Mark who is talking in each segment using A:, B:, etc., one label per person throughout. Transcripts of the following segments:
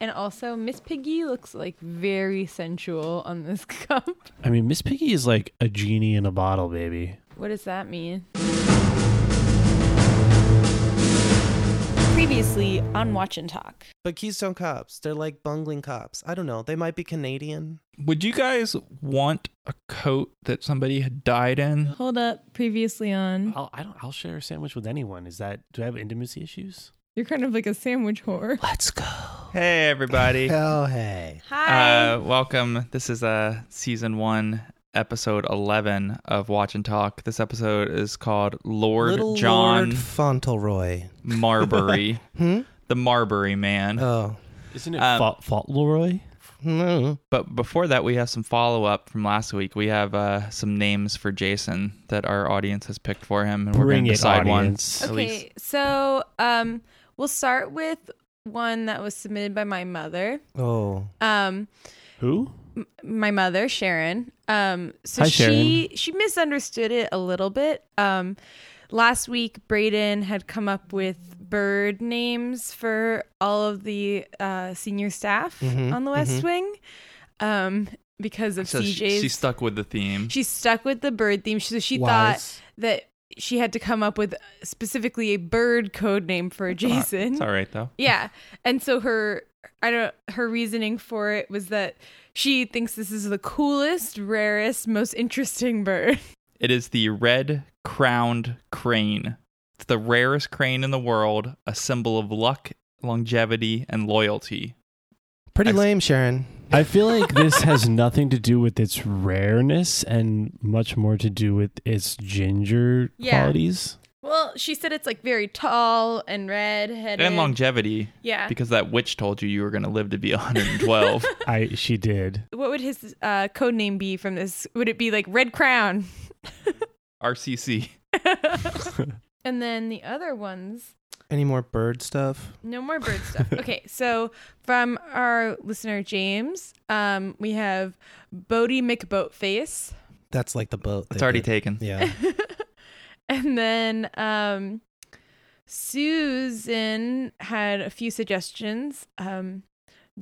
A: And also, Miss Piggy looks like very sensual on this cup.
B: I mean, Miss Piggy is like a genie in a bottle, baby.
A: What does that mean?
C: Previously on Watch and Talk.
D: But Keystone cops, they're like bungling cops. I don't know. They might be Canadian.
E: Would you guys want a coat that somebody had died in?
C: Hold up, previously on.
B: I'll, I don't. I'll share a sandwich with anyone. Is that? Do I have intimacy issues?
A: You're kind of like a sandwich whore.
D: Let's go.
E: Hey, everybody.
D: Hell hey.
A: Hi.
E: Uh, welcome. This is uh, season one, episode 11 of Watch and Talk. This episode is called Lord
D: Little
E: John
D: Lord Fauntleroy.
E: Marbury,
D: Hmm?
E: the Marbury man.
D: Oh. Hmm.
B: Isn't it
E: Um,
B: fault, fault, Leroy?
D: No.
E: but before that, we have some follow up from last week. We have uh, some names for Jason that our audience has picked for him, and we're
B: Bring
E: going to
B: it,
E: decide
B: audience.
E: one. At least.
A: Okay, so um, we'll start with one that was submitted by my mother.
D: Oh.
A: Um,
B: Who?
A: my mother Sharon. Um, so
B: Hi,
A: she she misunderstood it a little bit. Um, last week Braden had come up with bird names for all of the uh, senior staff
D: Mhm,
A: on the West
D: mhm.
A: Wing, um, because of
E: Mm-hmm, So
A: CJ's.
E: she, she stuck with the theme.
A: She stuck with the bird theme, so she thought
D: Wise.
A: that she had to come up with specifically a bird code name for
E: Uh,
A: Jason.
E: It's all right, though.
A: Yeah. And so her I don't her reasoning for it was that she thinks this is the coolest, rarest, most interesting bird.
E: It is the red crowned crane. It's the rarest crane in the world, a symbol of luck, longevity, and loyalty.
D: Pretty
E: Ex-
D: lame, Sharon.
B: I feel like this has nothing to do with its rareness and much more to do with its ginger
A: Yeah.
B: qualities.
A: Well, she said it's like very tall and red headed.
E: And longevity,
A: Yeah.
E: because that witch told you you were going to live to be 112.
B: I she did.
A: What would his uh, code name be from this? Would it be like Red Crown?
E: RCC.
A: and then the other ones,
D: Any more bird stuff?
A: no more bird stuff. Okay, so from our listener James, um, we have Bodie McBoatface.
D: That's like the boat.
E: It's
D: they
E: already
D: did.
E: taken.
D: Yeah.
A: and then um, Susan had a few suggestions. Um,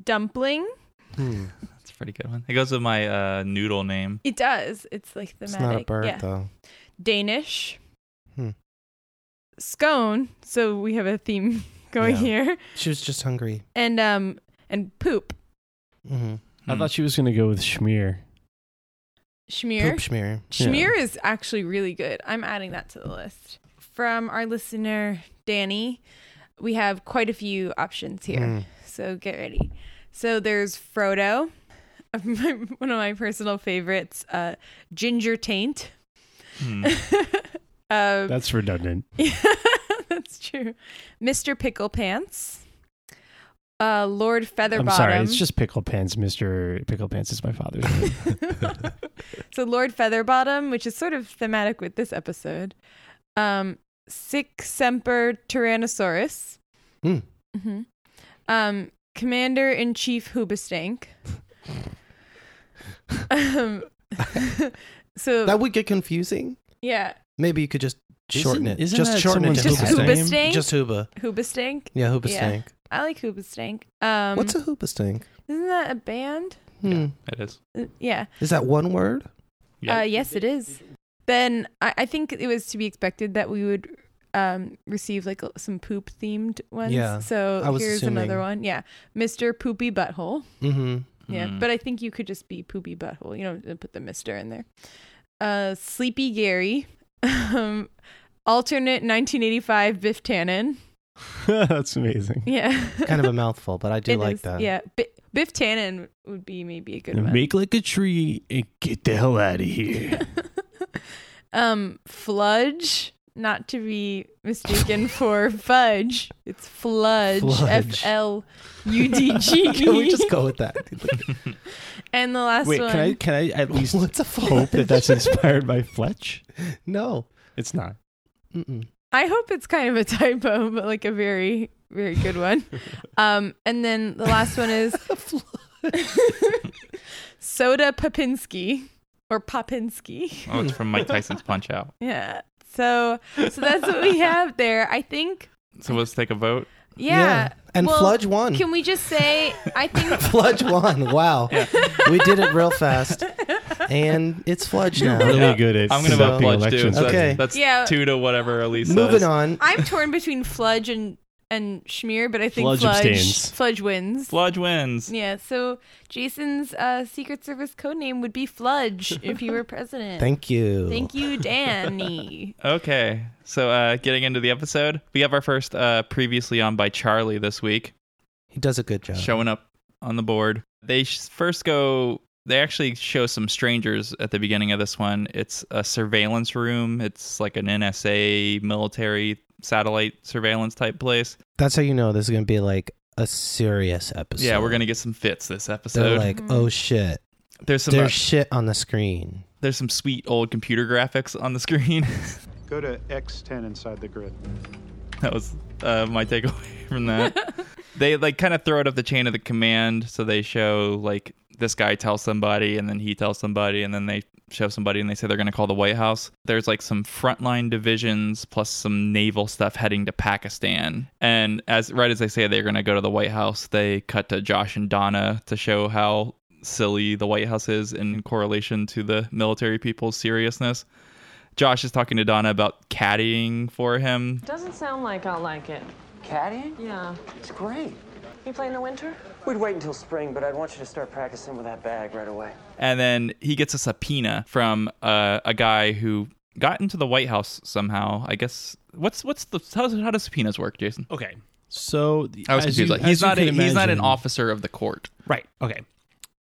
A: dumpling.
D: Hmm.
E: That's a pretty good one. It goes with my uh, noodle name.
A: It does. It's like
D: It's
A: thematic.
D: not a bird,
A: yeah.
D: though.
A: Danish.
D: Hmm.
A: Scone. So we have a theme going
D: Yeah.
A: here.
D: She was just hungry.
A: And um and poop.
D: Mm-hmm.
B: I
E: Hmm.
B: thought she was gonna go with schmear.
A: Schmear.
D: Poop schmear.
A: Schmear is actually really good. I'm adding that to the list. From our listener, Danny, we have quite a few options here.
D: Mm.
A: So get ready. So there's Frodo, my, one of my personal favorites, uh, Ginger Taint.
E: Hmm.
A: Uh,
B: That's redundant.
A: that's true. Mr. Pickle Pants, uh, Lord
B: I'm
A: Featherbottom.
B: sorry. It's just pickle pants, Mister Pickle Pants is my father's
D: Hmm.
B: name.
A: so Lord Featherbottom, which is sort of thematic with this episode. Um, Sick Semper Tyrannosaurus.
D: Hmm.
A: hmm Um, Commander in Chief Hoobastank. um, so
D: That would get confusing.
A: yeah,
D: Maybe you could just shorten
B: Isn't-
D: it.
B: isn't
D: just
B: that
D: shorten it to
B: someone's
A: Just
D: Hoobastank.
A: pet name? Hoobastank?
D: Just Hooba.
A: Hoobastank.
D: Yeah,
A: Yeah.
D: Hoobastank.
A: I like Hoobastank. Um,
D: What's a Hoobastank?
A: Isn't that a band?
D: Hmm.
E: It is.
A: Uh, Yeah.
D: Is that one word?
E: Yeah.
A: Uh, yes, it is. Then I, I think it was to be expected that we would um, receive like some poop themed ones.
D: Yeah,
A: So
D: I was
A: here's another
D: assuming.
A: one. Yeah, Mr. Poopy Butthole.
D: Mm-hmm.
A: Yeah,
E: Hmm.
A: but I think you could just be Poopy Butthole. You don't have to put the Mister in there. Uh, Sleepy Gary, um, alternate 1985 Biff Tannen.
B: That's amazing.
A: Yeah,
D: Kind of a mouthful, but I do
A: It
D: like
A: is,
D: that.
A: Yeah, Bi- Biff Tannen would be maybe a good one.
B: Make like a tree and get the hell out of here.
A: um, Fludge, not to be mistaken for fudge. It's Fludge,
D: Fludge.
A: F L U D G E.
D: Can we just go with that?
A: And the last
B: Wait,
A: one.
B: can I can I at least
D: What's a
B: hope that that's inspired by Fletch?
D: No.
B: It's not.
D: Mm-mm.
A: I hope it's kind of a typo, but like a very, very good one. um, and then the last one is Soda Popinski or Popinski.
E: Oh, it's from Mike Tyson's Punch Out.
A: Yeah. So, so that's what we have there. I think
E: So let's take a vote.
A: Yeah.
D: And
A: Well,
D: Fludge won.
A: Can we just say I think
D: Fludge won. Wow. We did it real fast. And it's Fludge now.
B: Really
E: Yeah.
B: good at
E: I'm gonna vote
B: conducting
E: Fudge too.
B: elections.
E: So
D: Okay.
E: that's, that's
A: Yeah.
E: two to whatever Elise.
D: Moving
E: says.
D: on.
A: I'm torn between Fludge and and Schmear, but I think
B: Fludge
A: Fludge Fludge,
B: abstains.
A: wins.
E: Fludge wins.
A: Yeah, so Jason's uh, Secret Service codename would be Fludge if he were president.
D: Thank you.
A: Thank you, Danny.
E: Okay, so uh, getting into the episode, we have our first uh, previously on by Charlie this week,
D: He does a good job.
E: showing up on the board. They sh- first go. They actually show some strangers at the beginning of this one. It's a surveillance room. It's like an NSA military satellite surveillance type place.
D: That's how you know this is going to be like a serious episode.
E: yeah, we're gonna get some fits this episode.
D: They're like,
A: Mm-hmm.
D: oh shit.
E: there's some uh,
D: There's shit on the screen.
E: there's some sweet old computer graphics on the screen.
F: Go to X10 inside the grid.
E: that was uh, my takeaway from that. they like kind of throw it up the chain of the command, so they show like this guy tells somebody, and then he tells somebody, and then they show somebody, and they say they're going to call the White House. There's like some frontline divisions plus some naval stuff heading to Pakistan, and as right as they say they're going to go to the White House, they cut to Josh and Donna to show how silly the White House is in correlation to the military people's seriousness. Josh is talking to Donna about caddying for him
G: Doesn't sound like I'll like it.
H: Caddying?
G: Yeah.
H: It's great.
G: You play in the winter?
H: We'd wait until spring, but I'd want you to start practicing with that bag right away.
E: and then he gets a subpoena from uh, a guy who got into the White House somehow. I guess what's what's the how does, how do subpoenas work, Jason?
I: Okay.
B: So the-
E: I was
B: as
E: confused.
B: you-
E: like, he's
B: as you
E: not a,
B: can
E: he's not an
B: imagine-
E: officer of the court.
I: Right. Okay.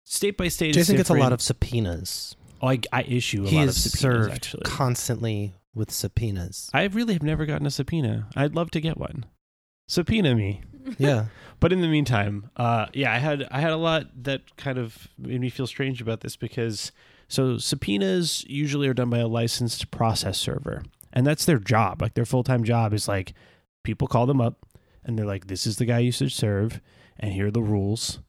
I: State by state.
D: Jason
I: is
D: gets a lot
I: different.
D: of subpoenas.
B: I, I issue a
D: he
B: lot
D: is
B: of subpoenas.
D: served
B: actually,
D: constantly with subpoenas.
B: I really have never gotten a subpoena. I'd love to get one. Subpoena me.
D: yeah.
B: But in the meantime, uh, yeah, I had I had a lot that kind of made me feel strange about this because so subpoenas usually are done by a licensed process server, and that's their job. Like their full time job is like people call them up and they're like, "This is the guy you should serve, and here are the rules."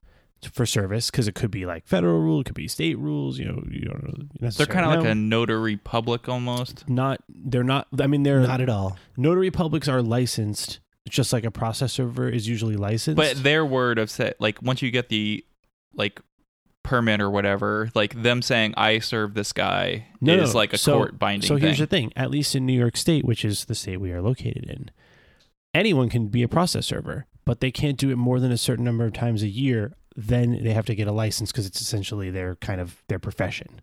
B: For service, because it could be like federal rule, it could be state rules. You know, you don't really
E: They're
B: necessarily
E: kind of like
B: know.
E: a notary public almost.
B: not. They're not. I mean, they're
D: Not at all.
B: notary publics are licensed, just like a process server is usually licensed.
E: But their word of set like once you get the like permit or whatever, like them saying I serve this guy is like a
B: So-
E: court binding
B: So here's
E: thing.
B: the thing: at least in New York State, which is the state we are located in, anyone can be a process server, but they can't do it more than a certain number of times a year. Then they have to get a license because it's essentially their kind of their profession.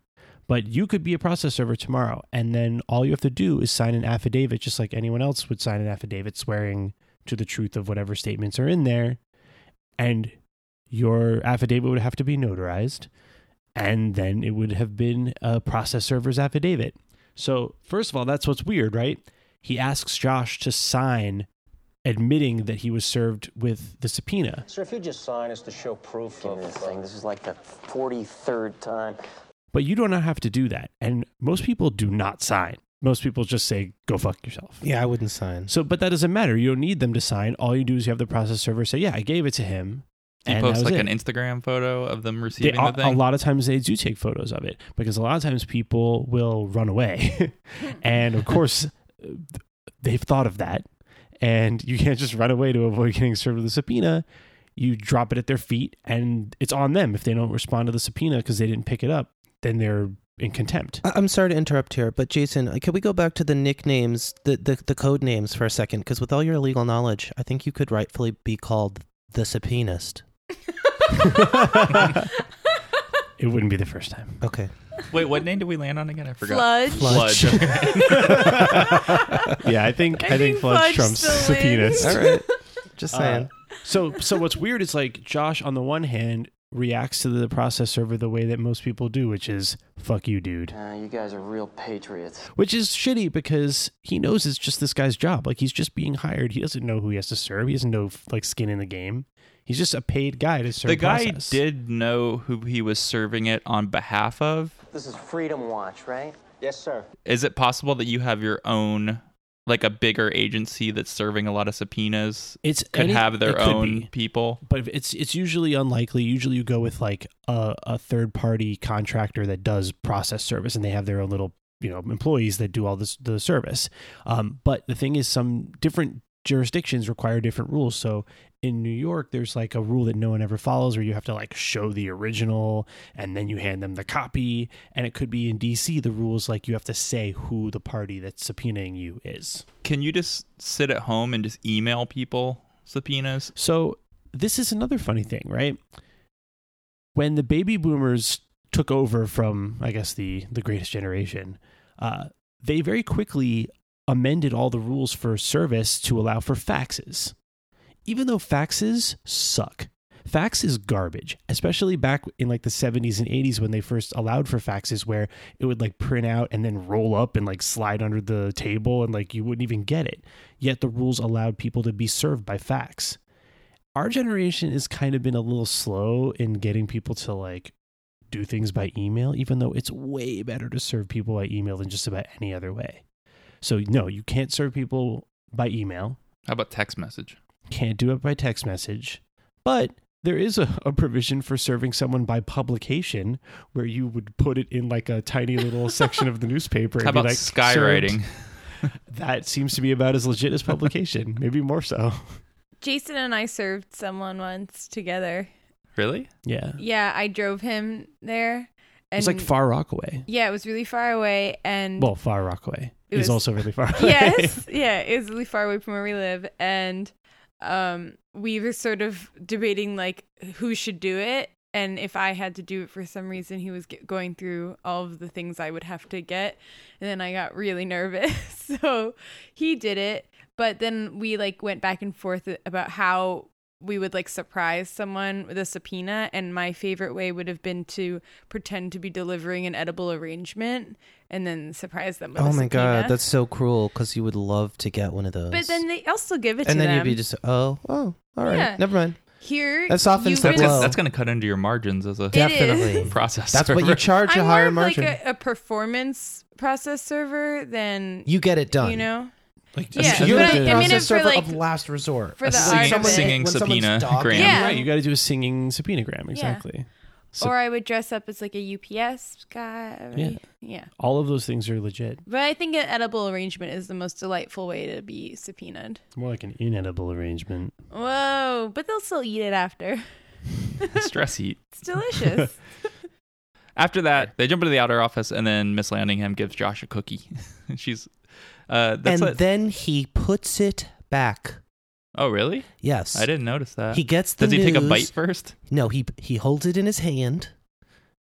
B: But you could be a process server tomorrow, and then all you have to do is sign an affidavit, just like anyone else would sign an affidavit, swearing to the truth of whatever statements are in there, and your affidavit would have to be notarized and then it would have been a process server's affidavit. So, first of all, that's what's weird, right? He asks Josh to sign admitting that he was served with the subpoena.
J: Sir, if you just sign us to show proof
H: Give
J: of
H: me this thing. This is like the 43rd time.
B: But you do not have to do that. And most people do not sign. Most people just say, go fuck yourself.
D: Yeah, I wouldn't sign.
B: So, but that doesn't matter. You don't need them to sign. All you do is you have the process server say, yeah, I gave it to him.
E: He
B: and that
E: posts
B: was
E: like
B: it.
E: an Instagram photo of them
B: They-
E: receiving
B: a,
E: the thing.
B: a lot of times they do take photos of it because a lot of times people will run away and of course uh, they've thought of that and you can't just run away to avoid getting served with a subpoena you drop it at their feet and it's on them if they don't respond to the subpoena because they didn't pick it up then they're in contempt
D: I- I'm sorry to interrupt here, but Jason, uh, can we go back to the nicknames, the, the, the code names for a second? Because with all your legal knowledge, I think you could rightfully be called the subpoenist.
B: it wouldn't be the first time
D: Okay.
E: Wait, what name did we land on again? I forgot.
A: Fludge.
E: Fludge.
B: yeah i think
A: I I think think Fudge Fudge trumps still wins.
D: All right. Just
I: Uh,
D: saying.
B: Uh, so so what's weird is like Josh on the one hand reacts to the process server the way that most people do, which is fuck you, dude.
H: Uh, you guys are real patriots.
B: Which is shitty because he knows it's just this guy's job. Like he's just being hired. He doesn't know who he has to serve. He has no like skin in the game. He's just a paid guy to serve.
E: the guy
B: process.
E: did know who he was serving it on behalf of.
H: This is Freedom Watch, right? Yes, sir.
E: Is it possible that you have your own, like a bigger agency that's serving a lot of subpoenas?
B: It's
E: could
B: any-
E: have
B: it
E: their
B: could
E: own
B: be.
E: people.
B: but it's it's usually unlikely. Usually, you go with like a, a third party contractor that does process service, and they have their own little you know employees that do all this the service. Um, but the thing is, some different jurisdictions require different rules. So in New York, there's like a rule that no one ever follows where you have to like show the original and then you hand them the copy. And it could be in DC, the rules like you have to say who the party that's subpoenaing you is.
E: Can you just sit at home and just email people subpoenas?
B: So this is another funny thing, right? When the baby boomers took over from, I guess, the, the greatest generation, uh, they very quickly amended all the rules for service to allow for faxes. Even though faxes suck. Fax is garbage, especially back in like the 70s and 80s when they first allowed for faxes where it would like print out and then roll up and like slide under the table and like you wouldn't even get it. Yet the rules allowed people to be served by fax. Our generation has kind of been a little slow in getting people to like do things by email, even though it's way better to serve people by email than just about any other way. So, no, you can't serve people by email.
E: How about text message?
B: Can't do it by text message. But there is a, a provision for serving someone by publication where you would put it in like a tiny little section of the newspaper.
E: How about
B: like,
E: skywriting?
B: served. that seems to be about as legit as publication, maybe more so.
A: Jason and I served someone once together.
E: Really?
B: Yeah.
A: Yeah, I drove him there. And
B: it's like Far Rockaway.
A: yeah, it was really far away, and
B: Well, Far Rockaway
A: It
B: is
A: was-
B: also really far away.
A: yes, yeah, it was really far away from where we live, and um, we were sort of debating like who should do it, and if I had to do it for some reason, he was g going through all of the things I would have to get, and then I got really nervous, so he did it, but then we like went back and forth about how we would like surprise someone with a subpoena and my favorite way would have been to pretend to be delivering an edible arrangement and then surprise them with
D: Oh
A: a
D: my
A: subpoena.
D: god, that's so cruel because you would love to get one of those.
A: But then they, I'll still give it
D: and
A: to
D: then
A: them.
D: you'd be just oh oh all right
A: Yeah.
D: never mind.
A: Here,
D: That's often
A: you
D: so
A: would-
E: That's,
D: Whoa.
E: gonna, that's gonna cut into your margins as a
A: It is.
D: Definitely.
E: process.
D: That's what you charge a
A: I'm
D: higher
A: more of
D: margin.
A: like a, a performance process server than
D: you get it done.
A: you know.
B: Like,
A: Yeah,
B: so
D: You're
A: but
D: the
A: I- I mean,
D: process
A: if for,
D: server of
A: like-
D: last resort.
A: for
D: A
A: the
D: singing-
A: art of it.
E: Singing
D: when someone's
E: subpoena,
D: dogging
E: Graham.
A: Yeah.
B: Right, you got to do a singing subpoenagram exactly. So-
A: or I would dress up as like a UPS guy.
B: Yeah.
A: yeah.
B: All of those things are legit.
A: But I think an edible arrangement is the most delightful way to be subpoenaed.
B: It's more like an inedible arrangement.
A: Whoa! But they'll still eat it after.
E: stress eat.
A: It's delicious.
E: After that, they jump into the outer office, and then Miss Landingham gives Josh a cookie. She's, uh, that's
D: and
E: what.
D: then he puts it back.
E: oh, really?
D: Yes,
E: I didn't notice that.
D: He gets the
E: Does he take a
D: news.
E: bite first?
D: No, he he holds it in his hand.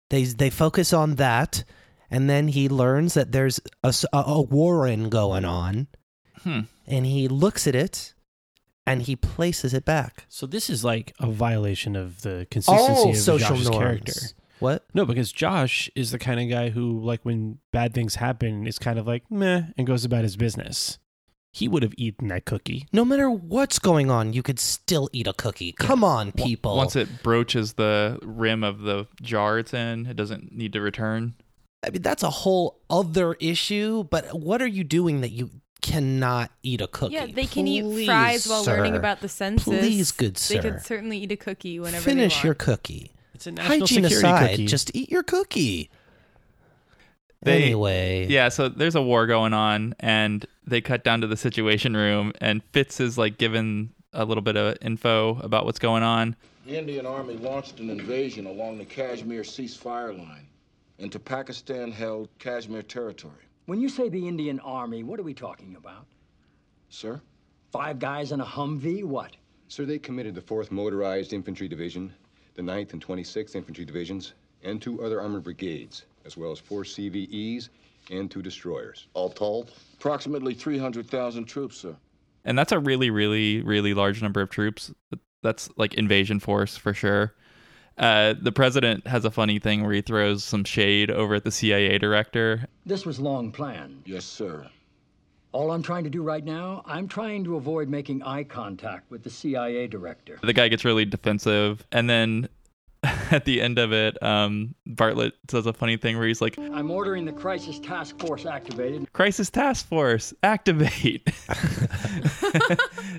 D: They they focus on that, and then he learns that there's a, s- a- a warren going on,
E: Hmm.
D: and he looks at it, and he places it back.
B: So this is like a violation of the consistency
D: All
B: of
D: social
B: Josh's
D: norms.
B: character.
D: What?
B: No, because Josh is the kind of guy who, like, when bad things happen, is kind of like meh and goes about his business. He would have eaten that cookie.
D: No matter what's going on, you could still eat a cookie. Come on, people.
E: Once it broaches the rim of the jar it's in, it doesn't need to return.
D: I mean, that's a whole other issue. But what are you doing that you cannot eat a cookie?
A: yeah, they can
D: Please,
A: eat fries while learning
D: sir.
A: about the senses.
D: Please, good
A: They
D: sir.
A: could certainly eat a cookie whenever they
D: Finish
A: want.
D: your cookie.
B: It's a
D: Hygiene aside, just eat your cookie.
E: They-
D: anyway,
E: Yeah, so there's a war going on, and they cut down to the situation room, and Fitz is like given a little bit of info about what's going on.
K: The Indian Army launched an invasion along the Kashmir ceasefire line into Pakistan held Kashmir territory.
L: When you say the Indian Army, what are we talking about?
K: Sir?
L: Five guys in a Humvee? What?
K: Sir, they committed the 4th Motorized Infantry Division, the 9th and 26th Infantry Divisions, and two other armored brigades, as well as four CVEs and two destroyers. All told? Approximately 300,000 troops, sir.
E: And that's a really, really, really large number of troops. That's like invasion force for sure. Uh, the president has a funny thing where he throws some shade over at the CIA director.
L: This was long planned.
K: Yes, sir.
L: All I'm trying to do right now, I'm trying to avoid making eye contact with the CIA director.
E: The guy gets really defensive. And then at the end of it, um, Bartlett says a funny thing where he's like,
L: I'm ordering the crisis task force activated.
E: Crisis Task Force, activate.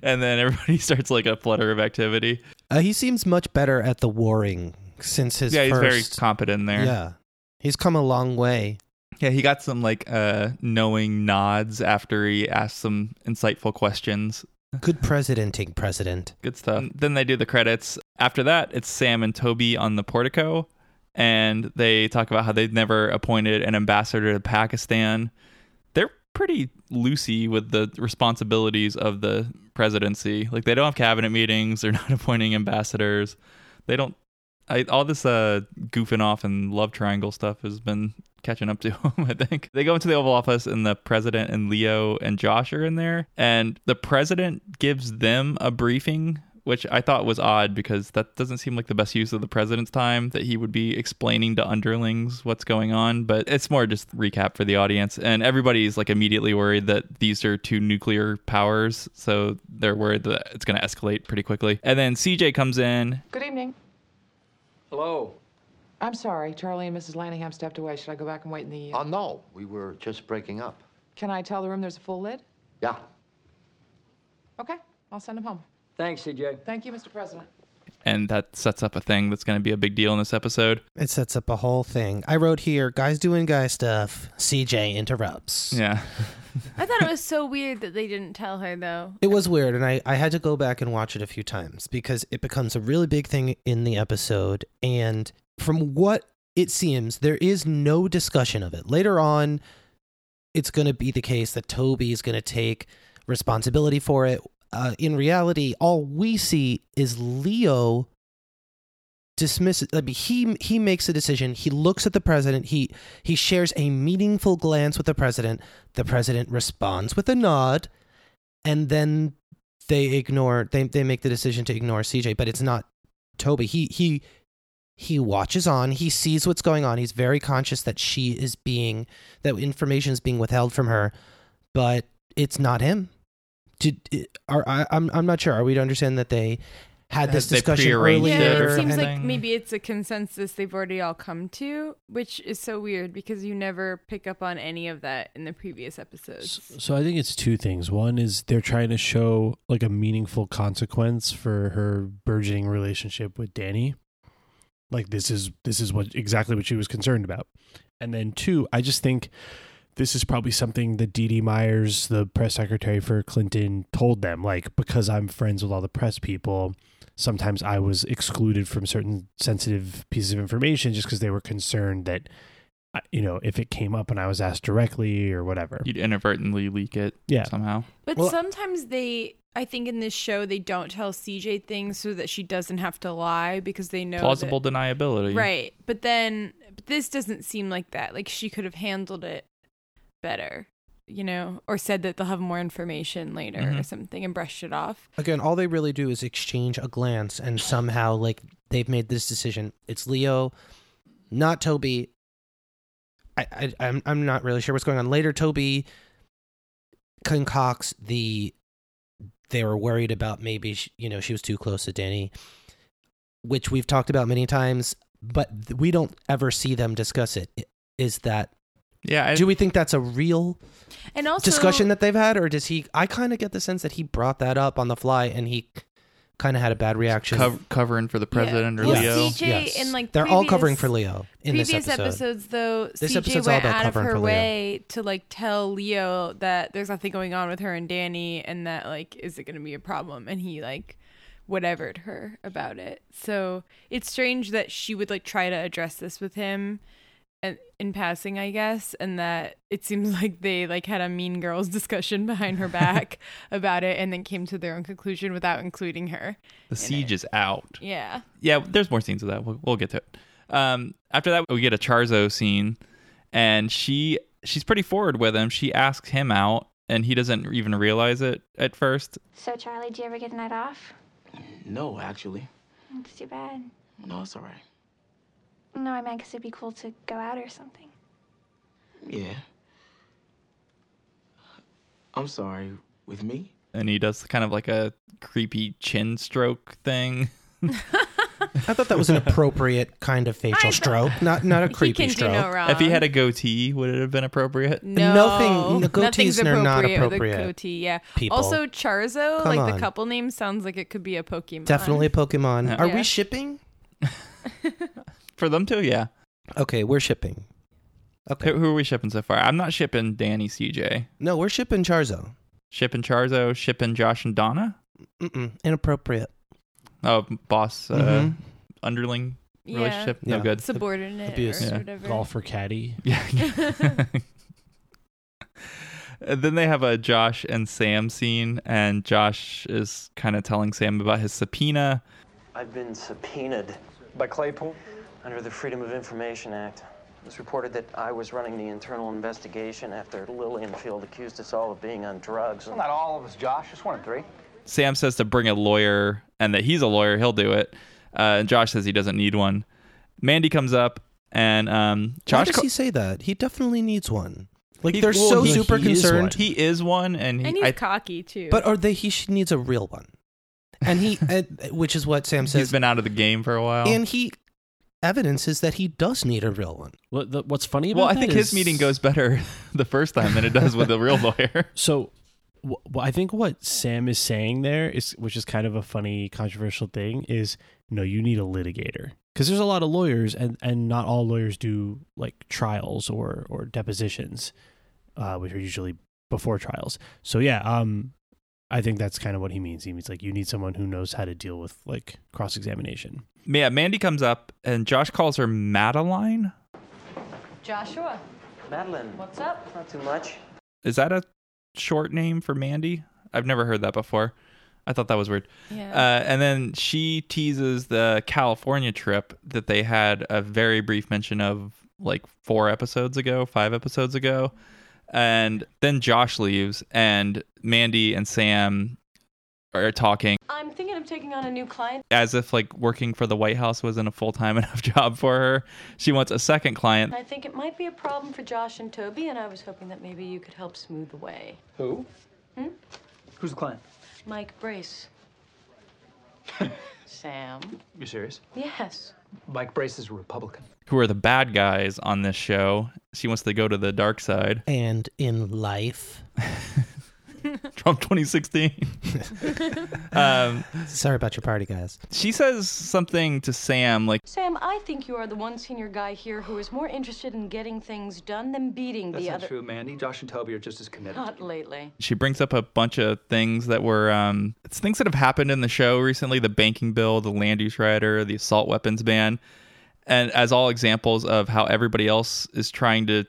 E: and then everybody starts like a flutter of activity.
D: Uh, he seems much better at the warring since his
E: yeah, he's very
D: first.
E: competent there.
D: yeah, he's come a long way.
E: Yeah, he got some like uh knowing nods after he asked some insightful questions.
D: Good presidenting, president.
E: Good stuff. And then they do the credits. After that, it's Sam and Toby on the portico, and they talk about how they've never appointed an ambassador to Pakistan. They're pretty loosey with the responsibilities of the presidency. Like they don't have cabinet meetings. They're not appointing ambassadors. They don't. I, all this uh, goofing off and love triangle stuff has been catching up to him, I think. They go into the Oval Office, and the president and Leo and Josh are in there. And the president gives them a briefing, which I thought was odd because that doesn't seem like the best use of the president's time that he would be explaining to underlings what's going on. But it's more just recap for the audience. And everybody's like immediately worried that these are two nuclear powers. So they're worried that it's going to escalate pretty quickly. And then CJ comes in.
G: Good evening.
J: Hello.
G: I'm sorry, Charlie and Mrs. Lanningham stepped away. Should I go back and wait in the.
M: Oh, no. We were just breaking up.
G: Can I tell the room there's a full lid?
M: Yeah.
G: Okay, I'll send him home.
L: Thanks, CJ.
G: Thank you, Mr. President.
E: And that sets up a thing that's going to be a big deal in this episode.
D: It sets up a whole thing. I wrote here, guys doing guy stuff. CJ interrupts.
E: Yeah.
A: I thought it was so weird that they didn't tell her though.
D: It was weird, and I, I had to go back and watch it a few times because it becomes a really big thing in the episode. And from what it seems, there is no discussion of it. Later on, it's going to be the case that Toby is going to take responsibility for it. Uh, in reality, all we see is Leo dismisses. I mean, he he makes a decision. He looks at the president. He he shares a meaningful glance with the president. The president responds with a nod, and then they ignore. They they make the decision to ignore CJ, but it's not Toby. He he he watches on he sees what's going on he's very conscious that she is being that information is being withheld from her but it's not him Did, are, I, am I'm, I'm not sure are we to understand that they had this
E: They
D: discussion
E: prearranged
D: earlier
E: it
A: Yeah,
E: or
A: it seems like
E: something.
A: maybe it's a consensus they've already all come to, which is so weird because you never pick up on any of that in the previous episodes.
B: So I think it's two things. One is they're trying to show like a meaningful consequence for her burgeoning relationship with Danny. Like this is this is what exactly what she was concerned about. And then two, I just think this is probably something that Dee Dee Myers, the press secretary for Clinton, told them. Like, because I'm friends with all the press people, sometimes I was excluded from certain sensitive pieces of information just because they were concerned that, uh, you know, if it came up and I was asked directly or whatever.
E: You'd inadvertently leak it
B: Yeah.
E: somehow.
A: But
B: Well-
A: sometimes they, I think in this show, they don't tell CJ things so that she doesn't have to lie because they know that-
E: Plausible deniability.
A: Right. But then but this doesn't seem like that. Like she could have handled it better, you know, or said that they'll have more information later
E: Mm-hmm.
A: or
D: Mhm.
A: something and brushed it off.
D: again all they really do is exchange a glance and somehow like they've made this decision it's leo not toby i, I I'm, I'm not really sure what's going on later toby concocts the they were worried about maybe sh you know she was too close to danny which we've talked about many times but th- we don't ever see them discuss it I- is that
E: Yeah. I,
D: do we think that's a real
A: And also
D: discussion that they've had, or does he? I kind of get the sense that he brought that up on the fly, and he kind of had a bad reaction.
E: Cov- covering for the president or
A: Well,
E: Leo.
A: CJ
D: Yes.
A: in like
D: They're all
A: previous-
D: covering for Leo in this
A: previous
D: episode.
A: episodes though,
D: This
A: CJ
D: episode's all
A: went
D: about
A: out of
D: covering for
A: her
D: Leo.
A: way to like tell Leo that there's nothing going on with her and Danny and that like is it gonna be a problem and he like whatevered her about it. So it's strange that she would like try to address this with him and in passing, I guess, and that it seems like they like had a mean girls discussion behind her back about it and then came to their own conclusion without including her.
E: The siege is out.
A: Yeah.
E: yeah, there's more scenes of that. We'll, we'll get to it. Um, after that, we get a Charzo scene, and she she's pretty forward with him. She asks him out, and he doesn't even realize it at first.
N: So, Charlie, do you ever get a night off?
J: No, actually.
N: It's too bad.
J: No, it's all right.
N: No, I meant 'cause it'd be cool to go out or something.
J: Yeah. I'm sorry. With me?
E: And he does kind of like a creepy chin stroke thing.
D: I thought that was an appropriate kind of facial stroke, not not a creepy stroke.
E: If he had a goatee, would it have been appropriate?
A: No,
D: Nothing- the
A: nothing's
D: goatees are not
A: appropriate with a
D: appropriate,
A: goatee, yeah.
D: people.
A: Also, Charzo,
D: Come
A: like the
D: on.
A: couple name, sounds like it could be a Pokemon.
D: Definitely a Pokemon.
E: Yeah.
D: Are
A: Yeah.
D: we shipping?
E: For them too, yeah.
D: Okay, we're shipping.
E: Okay. Who, who are we shipping so far? I'm not shipping Danny CJ.
D: No, we're shipping Charzo.
E: Ship and Charzo, Ship and Josh and Donna.
D: Mm-mm. Inappropriate.
E: Oh, boss, uh,
D: Mhm.
E: underling
A: Yeah.
E: relationship.
D: Yeah.
E: No good.
A: Subordinate
D: Abuse.
A: or
E: Yeah.
A: whatever.
B: Golfer caddy.
E: Yeah. And then they have a Josh and Sam scene, and Josh is kind of telling Sam about his subpoena.
H: I've been subpoenaed. By Claypool? Under the Freedom of Information Act. It was reported that I was running the internal investigation after Lilienfield accused us all of being on drugs. Well, not all of us, Josh. Just one of three.
E: Sam says to bring a lawyer and that he's a lawyer, he'll do it. Uh, and Josh says he doesn't need one. Mandy comes up and um, Josh.
D: Why does
E: ca-
D: he say that? He definitely needs one. Like
E: he-
D: they're
E: well,
D: so
E: he-
D: super
E: he is
D: concerned.
E: one. He is one, and, he,
A: And he's
E: I-
A: cocky too.
D: But are they? He sh- needs a real one, and he, uh, which is what Sam
E: he's
D: says.
E: been out of the game for a while.
D: And he evidences that he does need a real one.
B: What, the, what's funny about
E: well, I
B: that
E: think
B: is-
E: his meeting goes better the first time than it does with the real lawyer.
B: So, wh- wh- I think what Sam is saying there is, which is kind of a funny, controversial thing, is no, you need a litigator because there's a lot of lawyers, and and not all lawyers do like trials or or depositions, uh, which are usually before trials. So yeah, um, I think that's kind of what he means. He means like you need someone who knows how to deal with like cross examination.
E: Yeah, Mandy comes up and Josh calls her Madeline.
O: Joshua,
H: Madeline,
O: what's up?
H: not too much.
E: Is that a short name for Mandy? I've never heard that before. I thought that was weird.
A: Yeah.
E: Uh, and then she teases the California trip that they had a very brief mention of like four episodes ago, five episodes ago. And then Josh leaves, and Mandy and Sam are talking
O: I'm thinking of taking on a new client.
E: as if like working for the White House wasn't a full time enough job for her. She wants a second client.
O: I think it might be a problem for Josh and Toby, and I was hoping that maybe you could help smooth the way.
H: Who?
O: Hmm?
H: Who's the client?
O: Mike Brace. Sam.
H: You serious?
O: Yes.
H: Mike Brace is a Republican.
E: who are the bad guys on this show. She wants to go to the dark side.
D: And in life,
E: Trump 2016. um,
D: sorry about your party, guys.
E: she says something to Sam like,
O: Sam, I think you are the one senior guy here who is more interested in getting things done than beating
H: That's
O: the
H: not
O: other.
H: true, Mandy. Josh and Toby are just as committed.
O: Not lately.
E: she brings up a bunch of things that were um, it's things that have happened in the show recently the banking bill, the land use rider, the assault weapons ban, and as all examples of how everybody else is trying to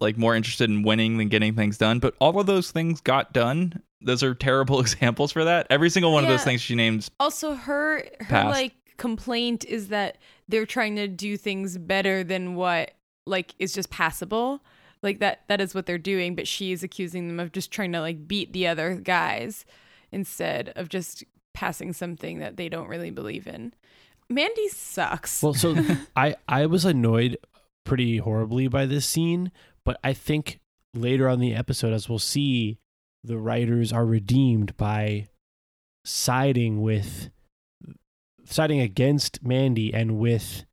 E: like more interested in winning than getting things done. But all of those things got done. Those are terrible examples for that. Every single one of
A: Yeah.
E: those things she names
A: also her her
E: Passed.
A: like complaint is that they're trying to do things better than what like is just passable like that that is what they're doing but she is accusing them of just trying to like beat the other guys instead of just passing something that they don't really believe in mandy sucks
B: Well, so I I was annoyed pretty horribly by this scene, but I think later on in the episode, as we'll see, the writers are redeemed by siding with siding against Mandy and with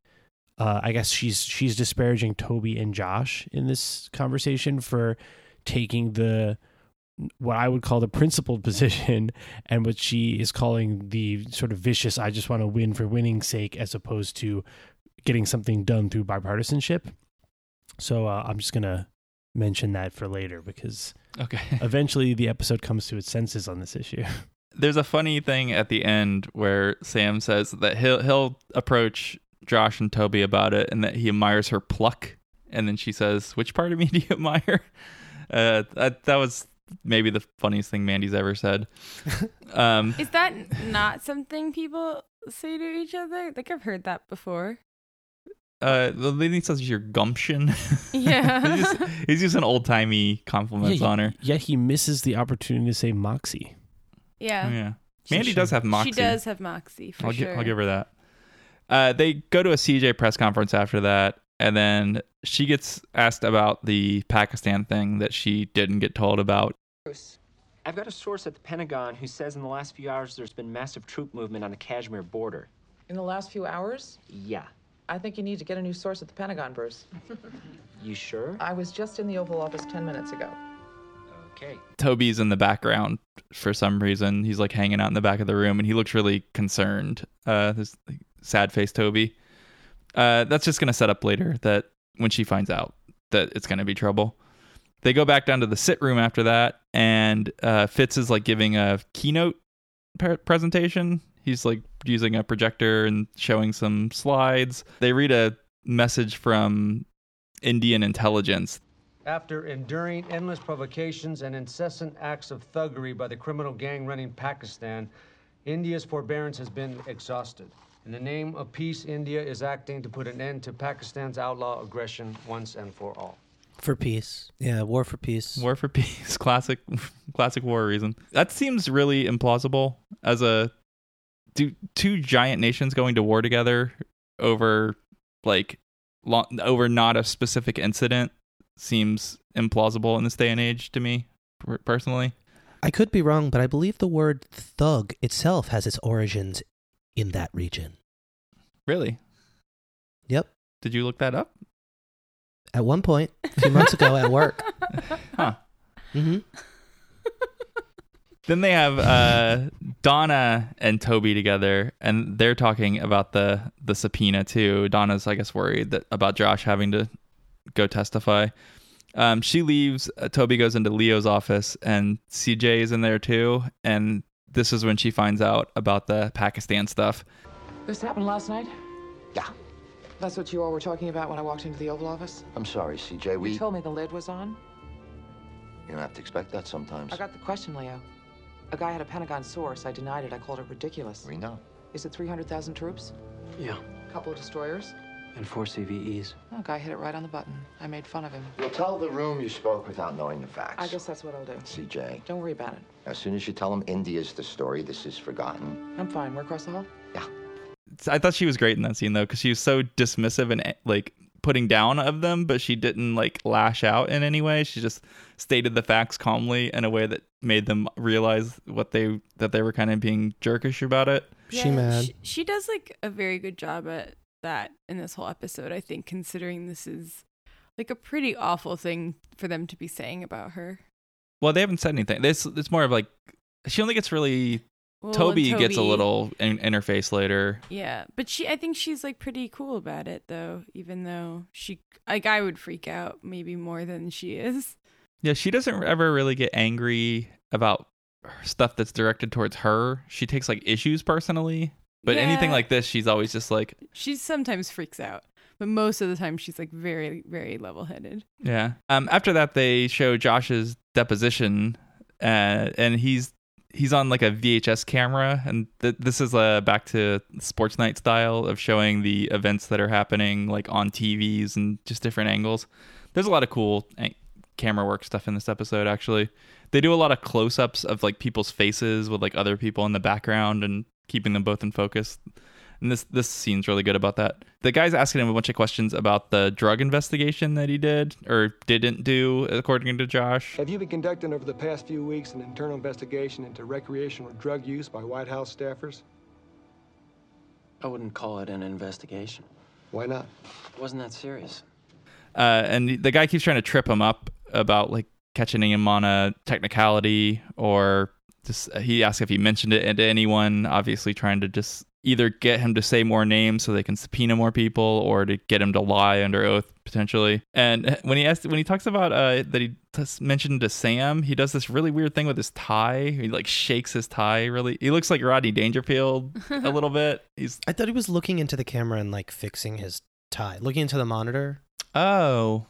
B: uh, I guess she's she's disparaging Toby and Josh in this conversation for taking the what I would call the principled position and what she is calling the sort of vicious I just want to win for winning's sake as opposed to getting something done through bipartisanship. So uh, I'm just going to mention that for later because
E: Okay.
B: eventually the episode comes to its senses on this issue.
E: there's a funny thing at the end where Sam says that he'll he'll approach Josh and Toby about it, and that he admires her pluck. And then she says, "Which part of me do you admire?" Uh, that that was maybe the funniest thing Mandy's ever said. Um,
A: is that not something people say to each other like i've heard that before
E: uh, the lady says your gumption.
A: Yeah.
E: he's, just, he's just an old timey compliments
B: Yeah,
E: on her.
B: Yet he misses the opportunity to say Moxie.
A: yeah,
E: Yeah,
B: So
E: Mandy
B: she-
E: does have moxie.
A: she does have moxie for
E: I'll, gi-
A: sure
E: I'll give her that. Uh, they go to a CJ press conference after that, and then she gets asked about the Pakistan thing that she didn't get told about.
P: Bruce, I've got a source at the Pentagon who says in the last few hours there's been massive troop movement on the Kashmir border.
G: In the last few hours,
P: Yeah.
G: I think you need to get a new source at the Pentagon, Bruce.
P: You sure?
G: I was just in the Oval Office 10 minutes ago.
P: Okay.
E: Toby's in the background for some reason. He's like hanging out in the back of the room, and he looks really concerned. Uh, this like, sad face Toby. Uh, that's just gonna set up later that when she finds out that it's gonna be trouble. They go back down to the sit room after that, and uh, Fitz is like giving a keynote pre- presentation. He's like using a projector and showing some slides. They read a message from Indian intelligence.
Q: After enduring endless provocations and incessant acts of thuggery by the criminal gang running Pakistan, India's forbearance has been exhausted. In the name of peace, India is acting to put an end to Pakistan's outlaw aggression once and for all.
D: For peace. Yeah, war for peace.
E: War for peace. Classic, classic war reason. That seems really implausible as a do two giant nations going to war together over like lo- over not a specific incident seems implausible in this day and age to me per- personally.
D: I could be wrong, but I believe the word thug itself has its origins in that region.
E: Really?
D: Yep.
E: Did you look that up?
D: At one point, a few months ago at work.
E: Huh.
D: Mm-hmm.
E: Then they have uh, Donna and Toby together, and they're talking about the the subpoena too. Donna's, I guess, worried that about Josh having to go testify. Um, she leaves. Uh, Toby goes into Leo's office, and CJ is in there too. And this is when she finds out about the Pakistan stuff.
G: This happened last night?
M: Yeah.
G: That's what you all were talking about when I walked into the Oval Office?
M: I'm sorry, CJ. We.
G: You told me the lid was on?
M: You don't have to expect that sometimes.
G: I got the question, Leo. A guy had a Pentagon source. I denied it. I called it ridiculous.
M: We know.
G: Is it 300,000 troops?
J: Yeah.
G: A couple of destroyers?
J: And four CVEs.
G: Oh, guy hit it right on the button. I made fun of him.
M: You'll tell the room you spoke without knowing the facts.
G: I guess that's what I'll do.
M: CJ,
G: Don't worry about it.
M: as soon as you tell them India's the story, this is forgotten.
G: I'm fine. We're across the hall.
M: Yeah.
E: I thought she was great in that scene though, because she was so dismissive and eh, like putting down of them, but she didn't like lash out in any way. She just stated the facts calmly in a way that made them realize what they that they were kind of being jerkish about it.
D: She mad.
A: She, she does like a very good job at that in this whole episode, I think, considering this is like a pretty awful thing for them to be saying about her.
E: Well, they haven't said anything. This it's more of like she only gets really
A: Well, and
E: Toby, gets a
A: Toby-
E: little in, interface later.
A: Yeah, but she, I think she's like pretty cool about it though, even though she, like, I would freak out maybe more than she is.
E: Yeah, she doesn't ever really get angry about stuff that's directed towards her. She takes like issues personally, but anything
A: Yeah.
E: like this, she's always just like,
A: She sometimes freaks out, but most of the time she's like very, very level headed.
E: yeah. Um, after that, they show Josh's deposition, uh, and he's he's on like a VHS camera, and th- this is uh, back to sports night style of showing the events that are happening like on TVs and just different angles. There's a lot of cool eh, camera work stuff in this episode. Actually, they do a lot of close ups of like people's faces with like other people in the background and keeping them both in focus. And this this scene's really good about that. The guy's asking him a bunch of questions about the drug investigation that he did or didn't do, according to Josh.
R: Have you been conducting over the past few weeks an internal investigation into recreational drug use by White House staffers?
J: I wouldn't call it an investigation.
R: Why not?
J: It wasn't that serious.
E: uh, and the guy keeps trying to trip him up about like catching him on a technicality or just uh, he asks if he mentioned it to anyone obviously trying to just either get him to say more names so they can subpoena more people or to get him to lie under oath potentially and uh, when he asked when he talks about uh, that he t- mentioned to sam he does this really weird thing with his tie he like shakes his tie really he looks like rodney dangerfield a little bit he's
D: I thought he was looking into the camera and like fixing his tie, looking into the monitor.
E: oh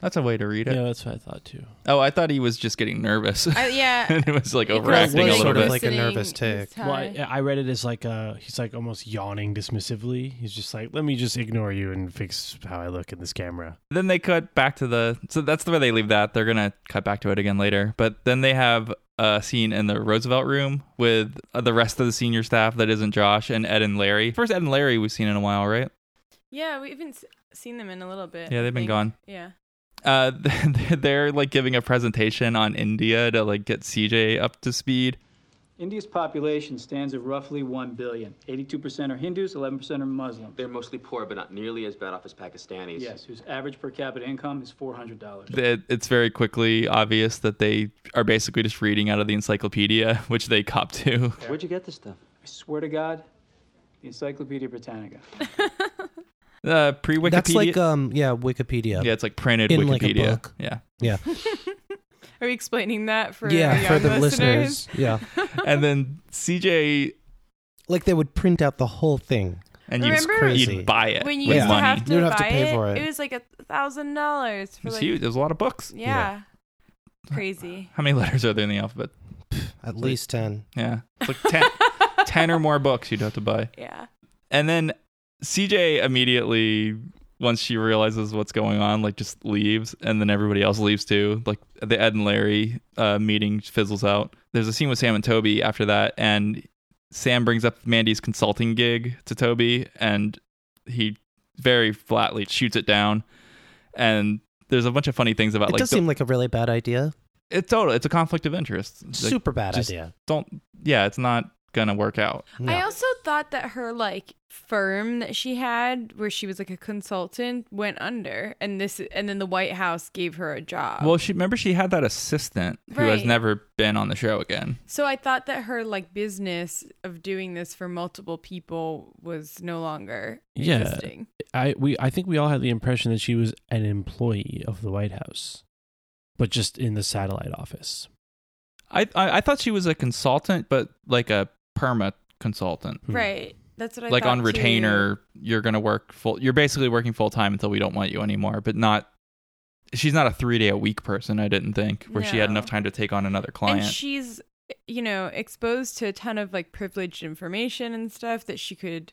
E: that's a way to read it
B: Yeah, that's what I thought too.
E: Oh, I thought he was just getting nervous.
A: I- yeah.
E: and it was like
A: It was
E: overacting a
A: like
E: little
D: sort of
E: bit.
D: like a nervous
A: Sitting
D: tick.
A: his
B: Well,
A: tie.
B: I, I read it as like uh he's like almost yawning dismissively. He's just like, let me just ignore you and fix how I look in this camera.
E: then they cut back to the. So that's the way they leave that. They're gonna cut back to it again later. But then they have a scene in the Roosevelt room with uh, the rest of the senior staff that isn't Josh and Ed and Larry. First Ed and Larry we've seen in a while, right?
A: Yeah, we haven't s- seen them in a little bit.
E: Yeah, they've
A: I
E: been
A: think.
E: gone.
A: Yeah.
E: Uh, they're like giving a presentation on India to like get CJ up to speed.
S: India's population stands at roughly 1 billion. 82% are Hindus, 11% are Muslim.
J: They're mostly poor, but not nearly as bad off as Pakistanis.
S: Yes, whose average per capita income is $400.
E: It, it's very quickly obvious that they are basically just reading out of the encyclopedia, which they cop to.
J: Where'd you get this stuff?
S: I swear to God, the Encyclopedia Britannica.
E: Uh, pre Wikipedia.
D: That's like um yeah, Wikipedia.
E: yeah, it's like printed
D: in
E: Wikipedia.
D: like a book.
E: Yeah.
D: Yeah.
A: Are we explaining that for
D: yeah,
A: our
D: for
A: young
D: the
A: listeners?
D: listeners. Yeah.
E: and then CJ
D: Like they would print out the whole thing.
E: and
D: It's
E: you
A: Remember
D: crazy.
E: you'd buy it
A: When you
E: with
A: used
E: money.
A: to have to,
D: You don't have to
A: buy
D: pay
A: it,
D: for it.
A: was like a thousand dollars for
E: it's
A: like
E: huge. There's a lot of books.
A: yeah, crazy.
E: How many letters are there in the alphabet?
D: At least 10.
E: Yeah. It's like 10, 10 or more books you'd have to buy.
A: Yeah.
E: And then CJ immediately, once she realizes what's going on, like just leaves. And then everybody else leaves too. Like the Ed and Larry uh, meeting fizzles out. There's a scene with Sam and Toby after that. And Sam brings up Mandy's consulting gig to Toby. And he very flatly shoots it down. And there's a bunch of funny things about
D: It
E: like
D: does
E: the-
D: seem like a really bad idea.
E: it's total. It's a conflict of interest. Like,
D: Super bad
E: just
D: idea.
E: Don't. Yeah, it's not gonna work out.
A: I also thought that her like firm that she had, where she was like a consultant, went under, and this, and then the White House gave her a job.
E: Well, she remember she had that assistant who has
A: Right.
E: never been on the show again.
A: So I thought that her like business of doing this for multiple people was no longer
B: Yeah.
A: existing.
B: I we I think we all had the impression that she was an employee of the White House, but just in the satellite office.
E: I I, I thought she was a consultant, but like a perma consultant,
B: Hmm.
A: Right. That's what I
E: Mm. like
A: thought
E: on
A: too.
E: retainer. You're gonna work full. You're basically working full time until we don't want you anymore. But not. She's not a three day a week person. I didn't think where she had
A: No.
E: enough time to take on another client.
A: And she's you know exposed to a ton of like privileged information and stuff that she could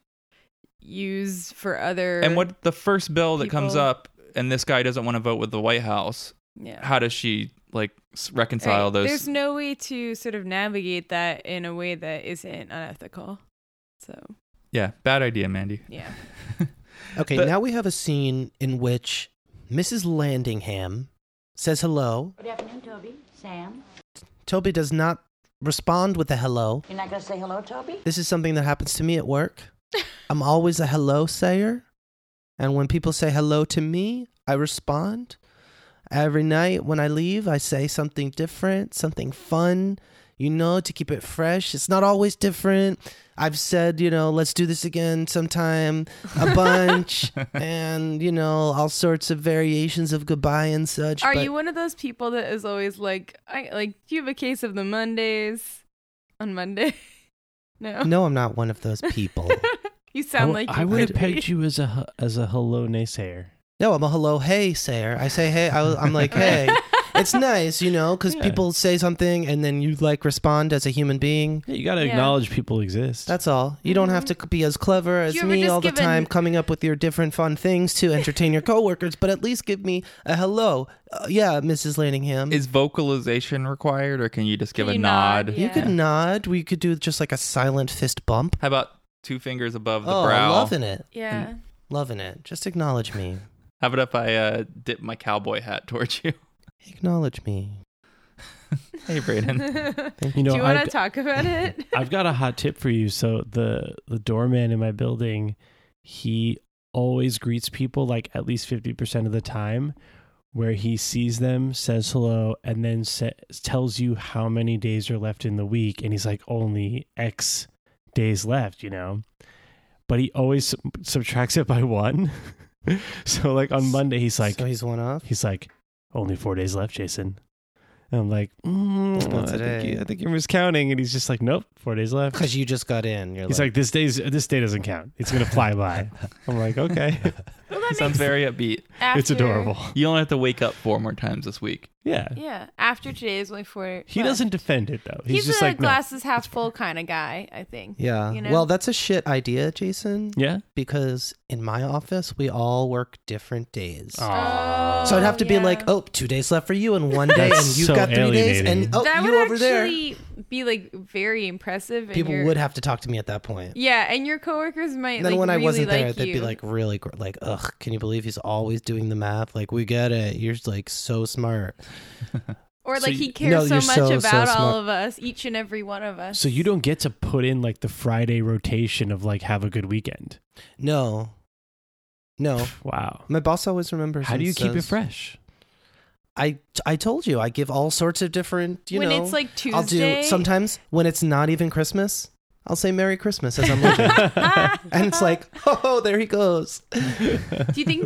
A: use for other
E: And what the first bill that comes
A: people.
E: up, and this guy doesn't want to vote with the White House.
A: Yeah.
E: How does she like s- reconcile
A: Right.
E: those?
A: There's no way to sort of navigate that in a way that isn't unethical. So
E: yeah, bad idea, Mandy.
A: yeah.
D: Okay,
E: But-
D: now we have a scene in which Mrs. Landingham says hello.
T: Good afternoon, Toby. Sam.
D: Toby does not respond with a hello.
T: You're not going to say hello, Toby?
D: This is something that happens to me at work. I'm always a hello sayer. And when people say hello to me, I respond. Every night when I leave, I say something different, something fun, you know, to keep it fresh. It's not always different. I've said, you know, let's do this again sometime a bunch and, you know, all sorts of variations of goodbye and such.
A: Are
D: but-
A: you one of those people that is always like, I like, do you have a case of the Mondays on Monday? no.
D: No, I'm not one of those people.
A: You sound
B: I,
A: like
B: Oh, I
A: you
B: would have
A: could
B: pegged
A: be.
B: you as a hu- as a hello naysayer.
D: No, I'm a hello, hey, sayer. I say, hey, I, am like, hey. It's nice, you know, because
B: Yeah.
D: people say something and then you like respond as a human being.
B: Yeah, you got to
A: Yeah.
B: acknowledge people exist.
D: That's all. You don't have to c- be as clever as
A: Mm-hmm. you ever
D: me
A: just
D: all the
A: given-
D: time, coming up with your different fun things to entertain your coworkers, but at least give me a hello. Uh, yeah, Mrs. Lanningham.
E: Is vocalization required, or can you just give a
A: you
E: nod?
A: nod?
D: you could
A: Yeah.
D: nod. We could do just like a silent fist bump.
E: How about two fingers above the
D: oh,
E: brow?
D: loving it.
A: Yeah.
D: Loving it. Just acknowledge me.
E: How about if I uh, dip my cowboy hat towards you?
D: Acknowledge me.
E: hey, Brayden.
B: You know,
A: do you want
B: I've-
A: to talk about it?
B: I've got a hot tip for you. So the the doorman in my building, he always greets people like at least fifty percent of the time, where he sees them, says hello, and then sa- tells you how many days are left in the week, and he's like only X days left, you know. But he always sub- subtracts it by one. so like on Monday, he's like
D: So he's one off.
B: he's like only four days left, Jason. And I'm like, mm,
D: Not
B: I think
D: today.
B: you- I think you're miscounting, and he's just like, nope, four days left.
D: Because you just got in. You're
B: He's like, this day's this day doesn't count. It's gonna fly by. I'm like, okay,
A: Well, that
E: Sounds
A: makes
E: very upbeat.
A: after,
B: it's adorable.
E: You only have to wake up four more times this week.
B: Yeah,
A: Yeah. After today is only four.
B: he
A: left.
B: doesn't defend it though. He's,
A: He's,
B: just
A: a
B: like,
A: glasses half full kind of guy, I think.
D: Yeah.
A: You know?
D: Well, that's a shit idea, Jason.
B: no. Yeah.
D: Because in my office, we all work different days.
A: Oh.
B: Oh. Aw.
D: So I'd have to
A: yeah.
D: be like, oh, two days left for you and one day,
B: That's
D: and you've
B: so
D: got three days,
B: alienating.
D: and oh,
A: that
D: you
A: would
D: over there.
A: actually be like very impressive. and
D: People
A: your-
D: would have to talk to me at that point.
A: Yeah, and your coworkers might.
D: And then
A: like,
D: when I
A: really
D: wasn't there,
A: like
D: they'd be
A: you.
D: like, really, gr- like, ugh, can you believe he's always doing the math? Like, we get it. You're like so smart.
A: or
B: so
A: like
B: you-
A: he cares
D: No,
A: so
D: you're
A: much
D: so, so
A: about all
D: smart.
A: of us, each and every one of us.
B: So you don't get to put in like the Friday rotation of like have a good weekend.
D: No, no.
B: Wow.
D: My boss always remembers.
B: How
D: and
B: do you keep it
D: says-
B: fresh?
D: I I told you I give all sorts of different. You
A: When
D: know,
A: it's, like,
D: I'll do
A: Tuesday-
D: sometimes when it's not even Christmas. I'll say Merry Christmas as I'm leaving. and it's like, oh, there he goes. Do
A: you think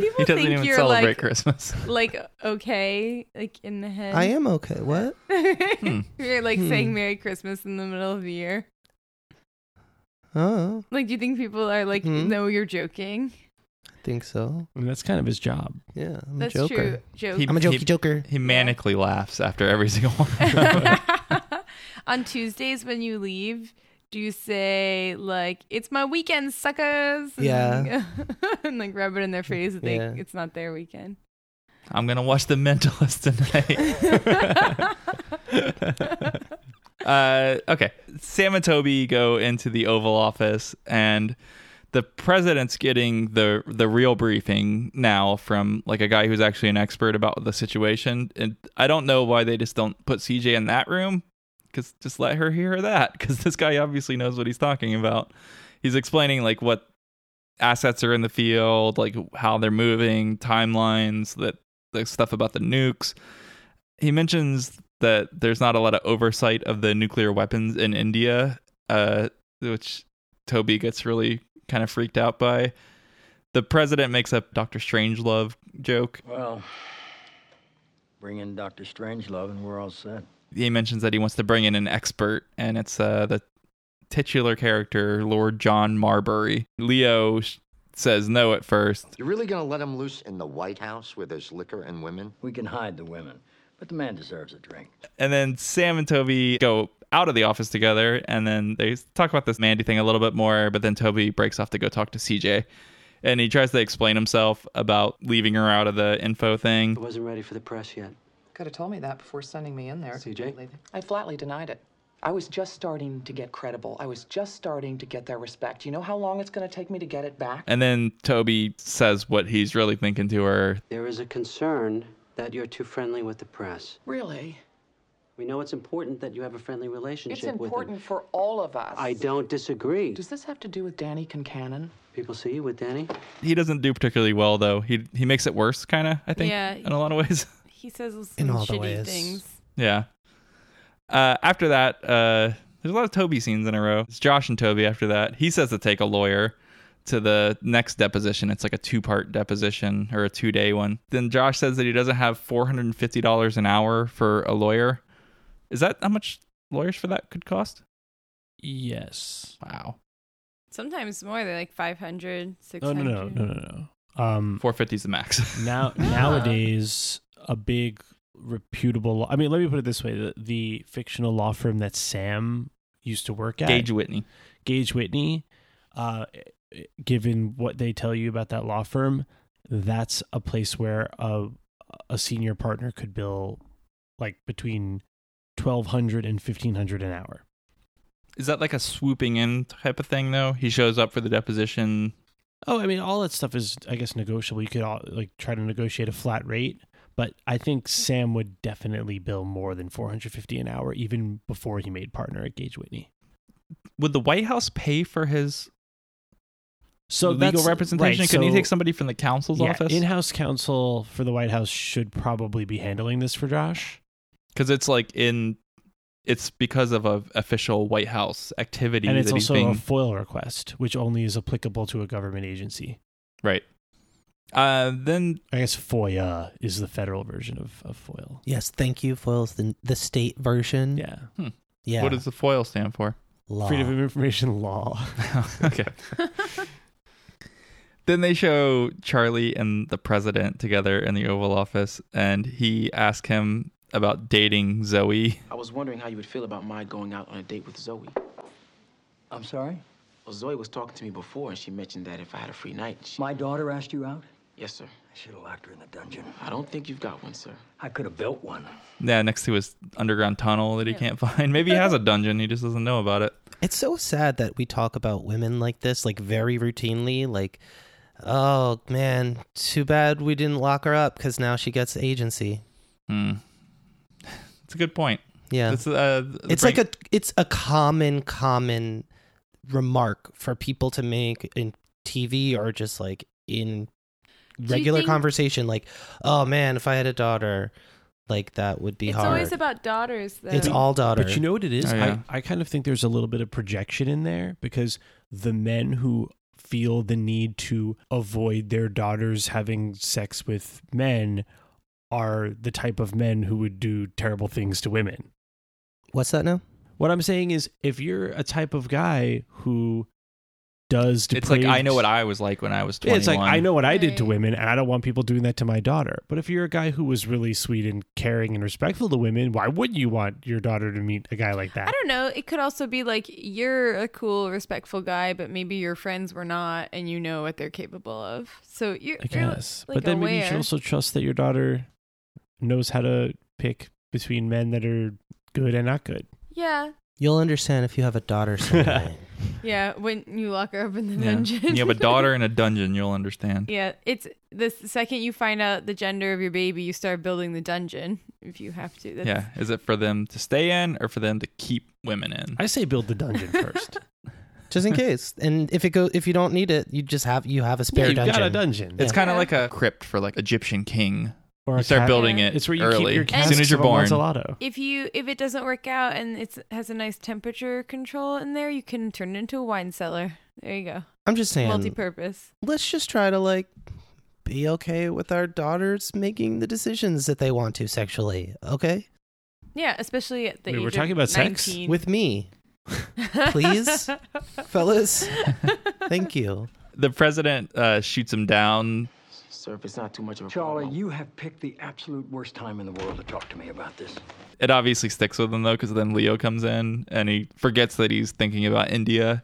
A: people
E: doesn't
A: think
E: even
A: you're
E: celebrate
A: like
E: Christmas.
A: like okay, like in the head?
D: I am okay. What?
A: you're like
D: Hmm.
A: saying Merry Christmas in the middle of the year.
D: Oh,
A: Like, do you think people are like,
D: Hmm.
A: no, you're joking?
D: I think so.
B: I mean, that's kind of his job.
D: Yeah, I'm
A: That's
D: a joker.
A: true. Joke.
E: He-
D: I'm a jokey
E: he-
D: joker.
E: He manically laughs after every single one.
A: On Tuesdays when you leave, do you say like, "It's my weekend, suckers"? and,
E: Yeah.
A: and like rub it in their face. That they,
E: Yeah.
A: it's not their weekend.
E: I'm gonna watch The Mentalist tonight. uh, okay, Sam and Toby go into the Oval Office, and the president's getting the the real briefing now from like a guy who's actually an expert about the situation. And I don't know why they just don't put CJ in that room, because just let her hear that, because this guy obviously knows what he's talking about. He's explaining like what assets are in the field, like how they're moving, timelines, that the stuff about the nukes. He mentions that there's not a lot of oversight of the nuclear weapons in India, uh, which Toby gets really kind of freaked out by. The president makes a Doctor Strangelove joke.
U: Well, bring in Dr. Strangelove and we're all set.
E: He mentions that he wants to bring in an expert, and it's uh, the titular character, Lord John Marbury. Leo sh- says no at first,
M: You're really going to let him loose in the White House where there's liquor and women?
U: We can hide the women, but the man deserves a drink.
E: And then Sam and Toby go out of the office together, and then they talk about this Mandy thing a little bit more. But then Toby breaks off to go talk to CJ, and he tries to explain himself about leaving her out of the info
J: I
E: thing.
J: wasn't ready for the press yet.
G: Could have told me that before sending me in there.
J: CJ?
G: I flatly denied it. I was just starting to get credible. I was just starting to get their respect. You know how long it's going to take me to get it back?
E: And then Toby says what he's really thinking to her.
V: There is a concern that you're too friendly with the press.
G: Really?
V: We know it's important that you have a friendly relationship
G: It's
V: with them.
G: important for all of us.
V: I don't disagree.
G: Does this have to do with Danny Concannon?
V: People see you with Danny.
E: He doesn't do particularly well though. He he makes it worse, kind of. I think.
A: Yeah.
E: In a lot of ways.
A: He says some
D: In all the
A: shitty
D: ways.
A: things.
E: Yeah. Uh, after that, uh, there's a lot of Toby scenes in a row. It's Josh and Toby after that. He says to take a lawyer to the next deposition. It's like a two part deposition or a two day one. Then Josh says that he doesn't have $450 an hour for a lawyer. Is that how much lawyers for that could cost?
B: Yes.
E: Wow.
A: Sometimes more. They're like 500,
B: No,
A: 600.
B: no, no, no, no, no. Um,
E: 450 is the max.
B: now nowadays a big reputable law, i mean let me put it this way the, the fictional law firm that sam used to work at
E: Gage Whitney.
B: gage whitney uh, given what they tell you about that law firm that's a place where a, a senior partner could bill like between 1200 and 1500 an hour
E: Is that like a swooping in type of thing, though? He shows up for the deposition.
B: Oh, I mean, all that stuff is, I guess, negotiable. You could all, like try to negotiate a flat rate, but I think Sam would definitely bill more than four hundred fifty an hour, even before he made partner at Gage Whitney.
E: Would the White House pay for his
B: So
E: legal
B: that's-
E: representation?
B: right,
E: Couldn't he
B: so-
E: take somebody from the counsel's
B: yeah,
E: office?
B: in-house counsel for the White House should probably be handling this for Josh.
E: because it's like in it's because of a official White House activity
B: and it's
E: that he's
B: also
E: being
B: a FOIL request, which only is applicable to a government agency.
E: right. Uh, then
B: I guess FOIA is the federal version of, of FOIL.
D: Yes, thank you, Foils, the, the state version.
B: Yeah.
E: Hmm.
D: Yeah.
E: what does the FOIL stand for?
D: Law.
B: Freedom of Information Law.
E: okay. then they show Charlie and the president together in the Oval Office, and he asks him about dating Zoe.
J: I was wondering how you would feel about my going out on a date with Zoe.
U: I'm sorry?
J: Well, Zoe was talking to me before, and she mentioned that if I had a free night, she...
U: My daughter asked you out?
J: Yes, sir.
U: I should have locked her in the dungeon.
J: I don't think you've got one, sir.
U: I could have built one.
E: Yeah, next to his underground tunnel that he can't find. Maybe he has a dungeon, he just doesn't know about it.
D: It's so sad that we talk about women like this, like very routinely. Like, oh man, too bad we didn't lock her up because now she gets agency.
E: Hmm. It's a good point.
D: Yeah.
E: It's, uh,
D: it's like a it's a common common remark for people to make in TV or just like in
A: you
D: regular
A: think-
D: conversation like oh man if i had a daughter like that would be
A: it's
D: hard.
A: always about daughters. Though.
D: It's all daughter.
B: But you know what it is?
D: Oh, yeah.
B: I, I kind of think there's a little bit of projection in there because the men who feel the need to avoid their daughters having sex with men are the type of men who would do terrible things to women.
D: What's that now?
B: What I'm saying is if you're a type of guy who does
E: It's like I
B: depraved-
E: know what I was like when I was
B: Yeah,
E: 21.
B: It's like I know what I did to women, and I don't want people doing that to my daughter. But if you're a guy who was really sweet and caring and respectful to women, why wouldn't you want your daughter to meet a guy like
A: I
B: that?
A: don't know. It could also be like you're a cool, respectful guy, but maybe your friends were not, and you know what they're capable of. So you're,
B: I guess,
A: you're
B: but
A: like
B: then
A: aware.
B: maybe you should also trust that your daughter knows how to pick between men that are good and not good.
A: yeah,
D: You'll understand if you have a daughter someday.
A: yeah. When you lock her up in the
E: Yeah.
A: dungeon,
E: you have a daughter in a dungeon, you'll understand.
A: yeah, it's the second you find out the gender of your baby, you start building the dungeon. If you have to, that's,
E: Yeah. Is it for them to stay in or for them to keep women in?
B: I say build the dungeon first.
D: just in case. And if it go if you don't need it, you just have you have a spare
B: you've
D: dungeon.
B: got a dungeon.
E: It's kind of like a crypt for like Egyptian king.
B: Or a
E: you start
B: cat-
E: building it.
B: It's where you keep
E: early.
B: your
E: as soon
B: casks
E: as you're
B: of a
E: born.
B: Lanzalotto.
A: If you if it doesn't work out and it's has a nice temperature control in there, you can turn it into a wine cellar. There you go.
D: I'm just saying.
A: Multi-purpose.
D: Let's just try to like be okay with our daughters making the decisions that they want to sexually, okay?
A: Yeah, especially at the
B: Wait,
A: age
B: we're
A: of
B: talking about sex?
A: 19.
D: With me. Please, fellas. Thank you.
E: The president uh, shoots him down.
J: Sir, if it's not too much of a
L: Charlie, you have picked the absolute worst time in the world to talk to me about this.
E: It obviously sticks with him though, because then Leo comes in and he forgets that he's thinking about India,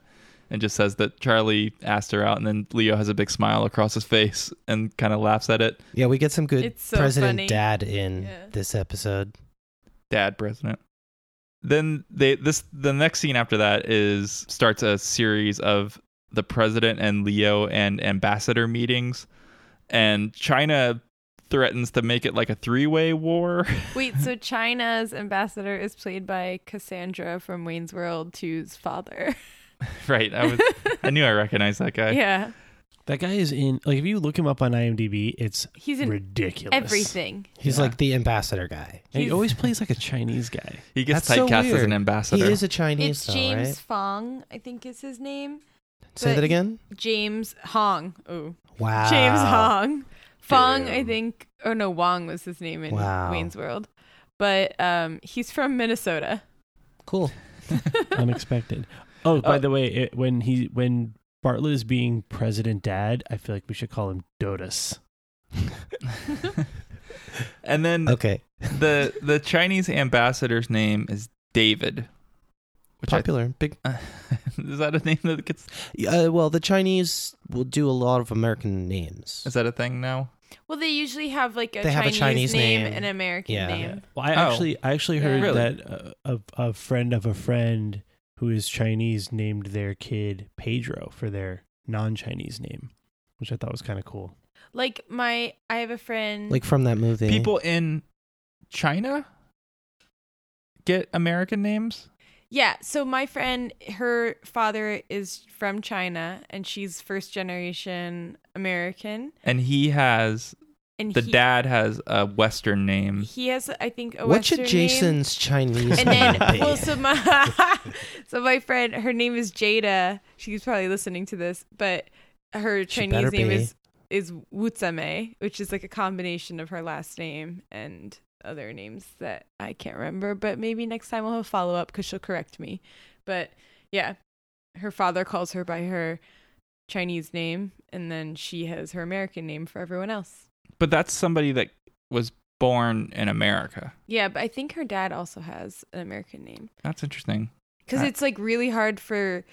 E: and just says that Charlie asked her out, and then Leo has a big smile across his face and kind of laughs at it.
D: Yeah, we get some good
A: It's so
D: President
A: funny.
D: Dad in this episode.
E: dad president. Then they this the next scene after that is starts a series of the president and Leo and ambassador meetings, and China threatens to make it like a three way war.
A: Wait, so China's ambassador is played by Cassandra from Wayne's World 2's father.
E: right? I was I knew I recognized that guy.
A: yeah.
B: That guy is in like if you look him up on IMDb, it's
A: He's in
B: ridiculous.
A: Everything.
D: He's like the ambassador guy.
B: And he always plays like a Chinese guy.
E: He gets
D: That's so
E: typecast as
D: weird.
E: an ambassador.
D: He is a Chinese
A: it's
D: though,
A: James
D: right?
A: Fong, I think is his name.
D: Say
A: But
D: that again?
A: James Hong. Oh.
D: Wow.
A: James Hong. Fong, I think. Oh no, Wong was his name in
D: Wow.
A: Wayne's World. But um, he's from Minnesota.
D: Cool.
B: Unexpected. Oh, by
E: Uh,
B: the way, it, when he when Bartlett is being president dad, I feel like we should call him Dotus.
E: And then
D: Okay.
E: the the Chinese ambassador's name is David. Which I-
D: Popular. Big
E: is that a name that gets
D: uh, well, the Chinese will do a lot of American names.
E: is that a thing now?
A: Well, they usually have like a,
D: They have a
A: Chinese,
D: Chinese
A: name,
D: name.
A: and an American
D: Yeah.
A: name.
B: Well, I
E: Oh.
B: actually I actually heard
E: Really?
B: that uh, a, a friend of a friend who is Chinese named their kid Pedro for their non-Chinese name, which I thought was kind of cool.
A: Like my, I have a friend.
D: Like from that movie.
E: People in China get American names?
A: Yeah. So my friend, her father is from China and she's first generation American.
E: and he has
A: And
E: the
A: he-
E: dad has a Western name.
A: He has, I think, a
D: what should
A: Western name.
D: Jason's Chinese
A: And then,
D: name be?
A: well, so my, so my friend, her name is Jada. She's probably listening to this, but her
D: better
A: Chinese name
D: be.
A: is is Wutsame, which is like a combination of her last name and other names that I can't remember. But maybe next time we'll have follow up because she'll correct me. But yeah, her father calls her by her Chinese name, and then she has her American name for everyone else.
E: But that's somebody that was born in America.
A: Yeah, but I think her dad also has an American name.
E: That's interesting.
A: because
E: I-
A: it's like really hard for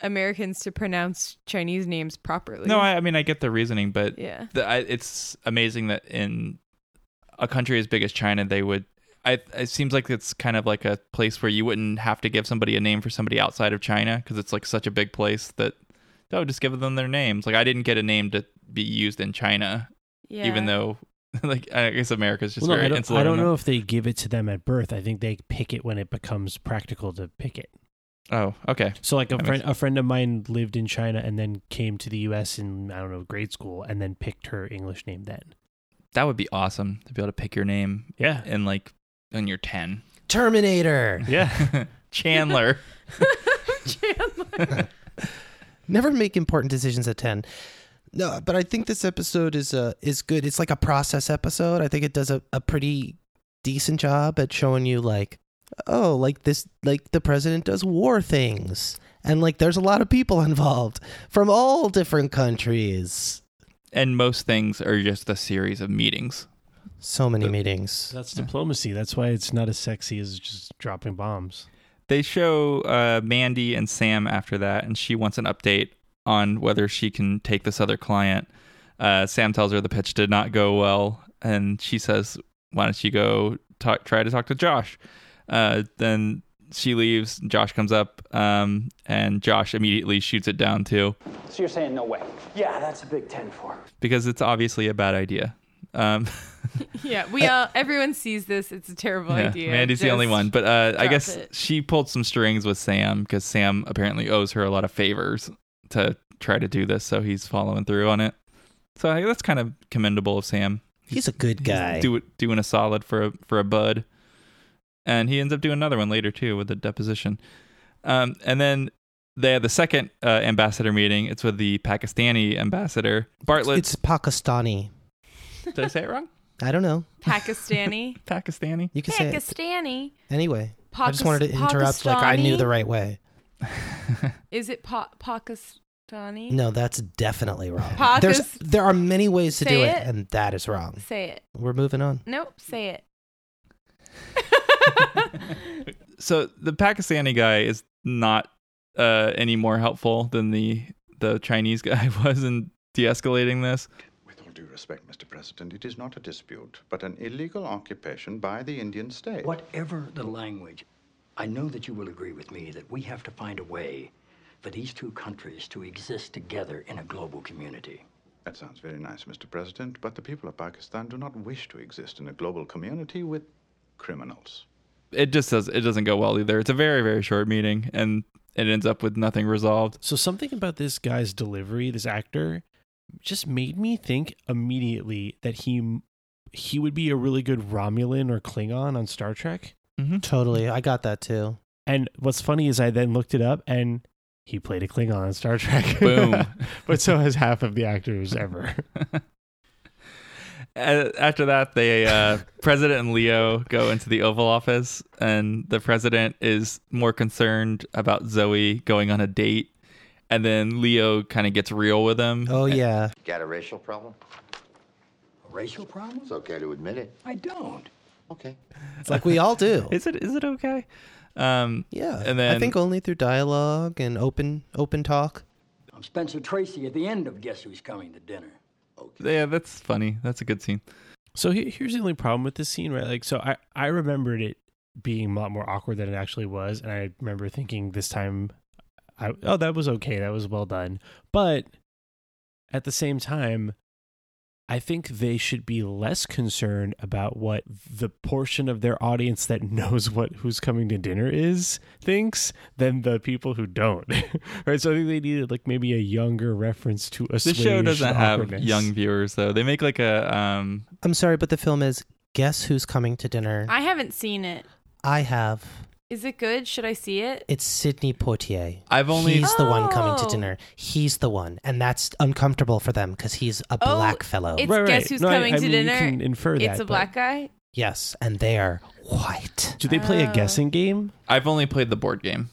A: Americans to pronounce Chinese names properly.
E: No, I, I mean I get the reasoning, but
A: Yeah.
E: the, I, it's amazing that in a country as big as China, they would. I, it seems like it's kind of like a place where you wouldn't have to give somebody a name for somebody outside of China because it's like such a big place that oh, just give them their names. Like I didn't get a name to be used in China, even
A: Yeah.
E: though like I guess America's just
B: Well, no,
E: very
B: I don't,
E: insular.
B: I
E: in
B: don't
E: that.
B: know if they give it to them at birth. I think they pick it when it becomes practical to pick it.
E: Oh, okay.
B: So like a
E: That
B: friend
E: makes-
B: a friend of mine lived in China and then came to the US in I don't know grade school and then picked her English name then.
E: That would be awesome to be able to pick your name.
B: Yeah.
E: And like on your 10.
D: Terminator.
B: Yeah.
E: Chandler.
A: Chandler.
D: Never make important decisions at 10. No, but I think this episode is uh, is good. It's like a process episode. I think it does a, a pretty decent job at showing you like oh, like this like the president does war things. And like there's a lot of people involved from all different countries.
E: And most things are just a series of meetings.
D: So many meetings.
B: That's diplomacy. That's why it's not as sexy as just dropping bombs.
E: They show uh, Mandy and Sam after that, and she wants an update on whether she can take this other client. Uh, Sam tells her the pitch did not go well, and she says, "Why don't you go talk, try to talk to Josh?" Uh, then she leaves. Josh comes up, um, and Josh immediately shoots it down too,
C: So you're saying no way?
H: Yeah, that's a big 10 for.
E: because it's obviously a bad idea. Um,
A: yeah, we all everyone sees this. It's a terrible
E: Uh, Yeah,
A: idea.
E: Mandy's the
A: Just-
E: only one, but uh, I
A: drop
E: guess
A: it.
E: she pulled some strings with Sam because Sam apparently owes her a lot of favors to try to do this, so he's following through on it. So I, that's kind of commendable of Sam.
D: He's a good guy.
E: Do, doing a solid for a, for a bud, and he ends up doing another one later too with the deposition. Um, and then they have the second uh, ambassador meeting. It's with the Pakistani ambassador Bartlett.
D: It's Pakistani.
E: Did I say it wrong?
D: I don't know.
A: Pakistani.
E: Pakistani.
D: You can say it.
A: Pakistani.
D: Anyway, I just wanted to
A: Pakis-
D: interrupt like I knew the
A: Pakistani?
D: right way.
A: Is it pa- Pakistani?
D: No, that's definitely wrong.
A: Pakis-
D: There's there are many ways to
A: Say
D: do it,
A: it.
D: and that is wrong.
A: Say it.
D: We're moving on.
A: Nope. Say it.
E: so the Pakistani guy is not uh, any more helpful than the the Chinese guy was in de-escalating this.
F: With all due respect, Mr. President, it is not a dispute, but an illegal occupation by the Indian state.
U: Whatever the language, I know that you will agree with me that we have to find a way for these two countries to exist together in a global community.
F: That sounds very nice, Mr. President, but the people of Pakistan do not wish to exist in a global community with criminals.
E: It just does it doesn't go well either. It's a very very short meeting and it ends up with nothing resolved.
B: So something about this guy's delivery, this actor, just made me think immediately that he he would be a really good Romulan or Klingon on Star Trek.
E: Mm-hmm.
D: Totally, I got that too.
B: And what's funny is I then looked it up and he played a Klingon on Star Trek.
E: Boom.
B: but so has half of the actors ever.
E: A- After that, they uh, President and Leo go into the Oval Office, and the president is more concerned about Zoe going on a date, and then Leo kind of gets real with him.
D: Oh yeah.
M: Got a racial problem?
U: A racial problem?
M: It's okay to admit it.
U: I don't.
M: Okay.
D: It's like we all do.
E: Is it is it okay? Um,
D: yeah.
E: And then
D: I think only through dialogue and open open talk.
U: I'm Spencer Tracy at the end of Guess Who's Coming to Dinner.
E: yeah, that's funny. That's a good scene.
B: So he- here's the only problem with this scene, right? Like, so I, I remembered it being a lot more awkward than it actually was. And I remember thinking this time, I, oh, that was okay. That was well done. But at the same time, I think they should be less concerned about what the portion of their audience that knows what who's coming to dinner is thinks than the people who don't. right? So I think they needed like maybe a younger reference to a
E: This show doesn't
B: Oh,
E: have young viewers though. They make like a um
D: I'm sorry, but the film is Guess Who's Coming to Dinner.
A: I haven't seen it.
D: I have.
A: Is it good? Should I see it?
D: It's Sidney Poitier.
E: I've only-
D: He's the one coming
A: Oh.
D: to dinner. He's the one, and that's uncomfortable for them because he's a
A: Oh,
D: black fellow.
A: It's
B: Right, right.
A: guess who's
B: No, I-
A: coming
B: I
A: to
B: mean, you
A: dinner.
B: can infer
A: it's
B: that,
A: a
B: but-
A: black guy.
D: Yes, and they are white.
B: Do they play
A: Oh.
B: a guessing game?
E: I've only played the board game.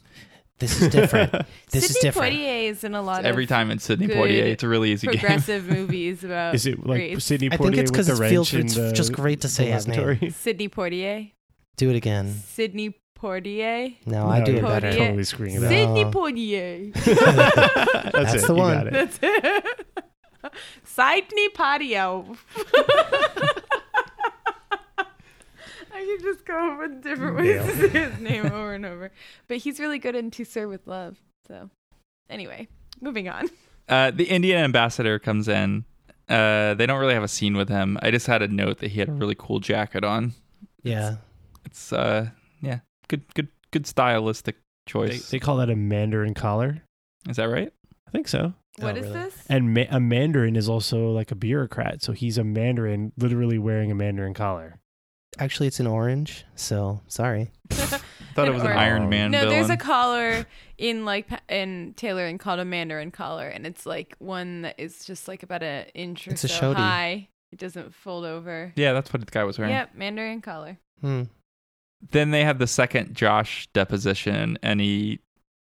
D: This is different. this
A: Sidney
D: is different.
A: Poitier is in a lot of
E: Every time it's Sidney
A: good
E: Poitier, it's a really easy game.
A: progressive movies about.
B: Is it like
A: race.
B: Sidney
D: I think
B: Poitier
D: it's
B: with
D: because
B: the
D: it feels
B: wrench in
D: it's
B: the-
D: just great to say his name.
B: laboratory?
A: Sidney Poitier?
D: Do it again.
A: Sidney Poitier?
D: No, I
B: No,
D: do it
B: you're
D: better.
B: totally screwing it up.
A: Sidney
D: No.
A: Poitier.
B: That's,
D: That's
B: it.
D: the
B: You
D: one.
B: got it.
A: That's it. Sidney Patio. I could just go up with different ways to say his name over and over. But he's really good in To Sir with Love. So, anyway, moving on.
E: Uh, the Indian ambassador comes in. Uh, they don't really have a scene with him. I just had a note that he had a really cool jacket on.
D: Yeah.
E: It's uh yeah, good good good stylistic
B: They,
E: choice.
B: they call that a Mandarin collar.
E: Is that right?
B: I think so.
D: Oh,
A: What is this?
B: And ma- a Mandarin is also like a bureaucrat, so he's a Mandarin, literally wearing a Mandarin collar.
D: Actually, it's an orange, so sorry.
E: Thought it was an
A: or-
E: Iron Man
A: no, there's a
E: villain.
A: collar in like pa- in tailoring called a Mandarin collar, and it's like one that is just like about an inch or
E: It's a
A: so
E: shoddy.
A: high. It doesn't fold over.
E: Yeah, that's what the guy was wearing.
A: Yep, Mandarin collar.
B: Hmm.
E: Then they have the second Josh deposition, and he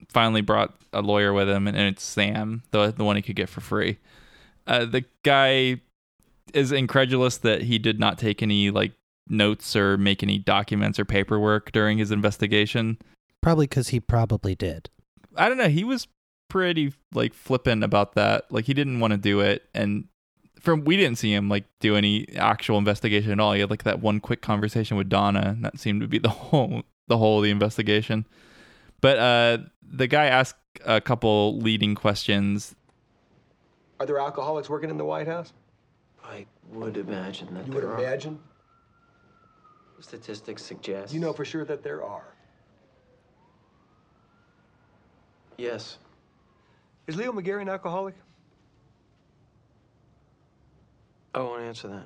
E: finally brought a lawyer with him, and it's Sam, the the one he could get for free. Uh, the guy is incredulous that he did not take any like notes or make any documents or paperwork during his investigation.
D: Probably because he probably did.
E: I don't know. He was pretty like flippant about that. Like he didn't want to do it, and from we didn't see him like do any actual investigation at all. He had like that one quick conversation with Donna, and that seemed to be the whole the whole of the investigation. But uh, the guy asked a couple leading questions.
R: Are there alcoholics working in the White House?
V: I would imagine that
R: You would
V: there are.
R: imagine?
V: Statistics suggest.
R: You know for sure that there are.
V: Yes.
R: Is Leo McGarry an alcoholic?
V: I won't answer that.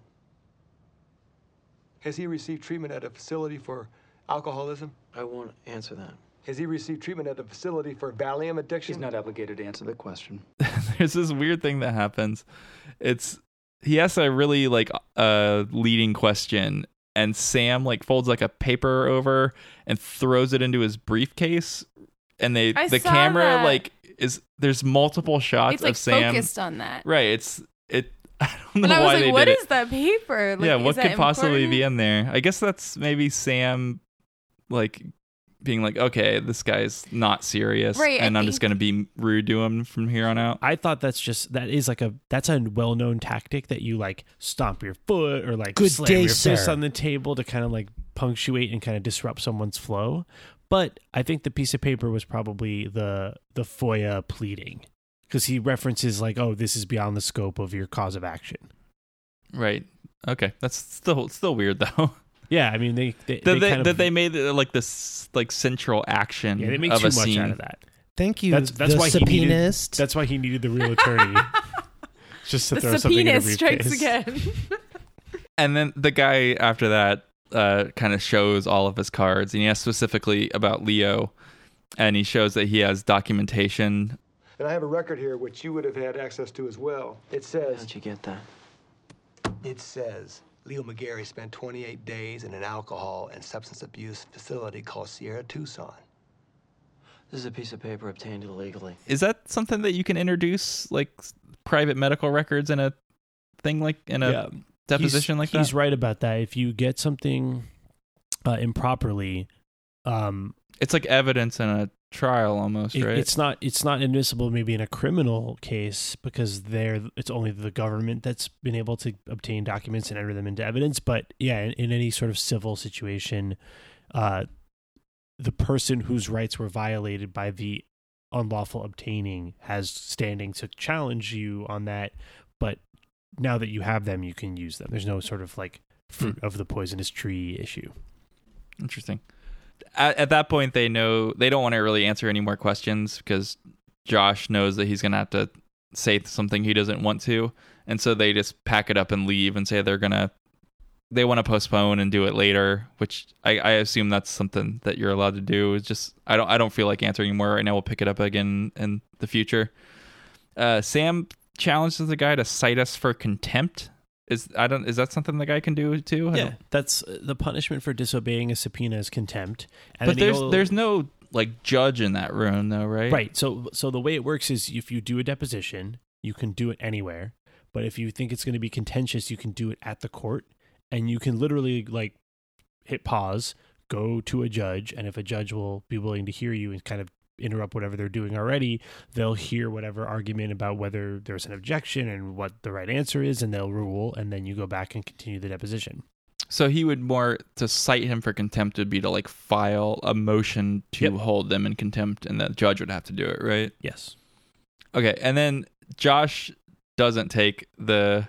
R: Has he received treatment at a facility for alcoholism?
V: I won't answer that.
R: Has he received treatment at a facility for Valium addiction?
V: He's not obligated to answer the question.
E: There's this weird thing that happens. It's he asks a really like uh leading question, and Sam like folds like a paper over and throws it into his briefcase, and they
A: I
E: the
A: saw
E: camera
A: that.
E: like is there's multiple shots
A: It's like
E: of Sam
A: focused on that.
E: Right. It's it. I don't know
A: And I
E: why
A: was
E: they
A: like, what
E: did
A: is
E: it.
A: that paper? Like,
E: yeah,
A: is
E: what
A: that
E: could possibly
A: important?
E: be in there? I guess that's maybe Sam, like, being like, okay, this guy's not serious,
A: Right, I
E: and I'm just
A: think-
E: gonna be rude to him from here on out.
B: I thought that's just that is like a that's a well known tactic that you like stomp your foot or like
D: Good
B: slam
D: day,
B: your fist
D: sir.
B: on the table to kind of like punctuate and kind of disrupt someone's flow. But I think the piece of paper was probably the the FOIA pleading because he references like, oh, this is beyond the scope of your cause of action.
E: Right. Okay. That's still still weird though.
B: Yeah, I mean they they,
E: that they,
B: kind
E: that
B: of,
E: they made it, like this like central action.
B: yeah, they make
E: of
B: too
E: a
B: much
E: scene.
B: out of that.
D: Thank you.
B: That's that's
D: the
B: why he needed,
D: subpoenas.
B: that's why he needed the real attorney. Just to
A: The
B: throw something in a
A: subpoena strikes
B: briefcase.
A: again.
E: And then the guy after that uh, kind of shows all of his cards, and he asks specifically about Leo, and he shows that he has documentation
R: And I have a record here which you would have had access to as well. It says.
V: How'd you get that?
R: It says Leo McGarry spent 28 days in an alcohol and substance abuse facility called Sierra Tucson.
V: This is a piece of paper obtained illegally.
E: is that something that you can introduce like s- private medical records in a thing like in a
B: Yeah.
E: deposition
B: he's,
E: like
B: he's
E: that
B: right about that. If you get something uh, improperly, um,
E: it's like evidence in a trial almost
B: it-
E: right
B: it's not it's not admissible maybe in a criminal case because there it's only the government that's been able to obtain documents and enter them into evidence. But yeah, in, in any sort of civil situation, uh, the person whose rights were violated by the unlawful obtaining has standing to challenge you on that. But now that you have them, you can use them. There's no sort of like
E: Hmm.
B: fruit of the poisonous tree issue.
E: interesting at, at that point they know they don't want to really answer any more questions because josh knows that he's gonna have to say something he doesn't want to and so they just pack it up and leave and say they're gonna they want to postpone and do it later which I, I assume that's something that you're allowed to do is just i don't i don't feel like answering anymore right now we'll pick it up again in the future uh sam challenges the guy to cite us for contempt is i don't is that something the guy can do too I
B: Yeah,
E: don't-
B: that's uh, the punishment for disobeying a subpoena is contempt. And
E: but
B: then
E: there's
B: he'll-
E: there's no like judge in that room though right
B: right. So so the way it works is if you do a deposition, you can do it anywhere. But if you think it's going to be contentious, you can do it at the court, and you can literally like hit pause, go to a judge, and if a judge will be willing to hear you and kind of interrupt whatever they're doing already, they'll hear whatever argument about whether there's an objection and what the right answer is, and they'll rule, and then you go back and continue the deposition.
E: so he would more to cite him for contempt would be to like file a motion to hold them in contempt and the judge would have to do it right
B: Yes.
E: Okay, and then Josh doesn't take the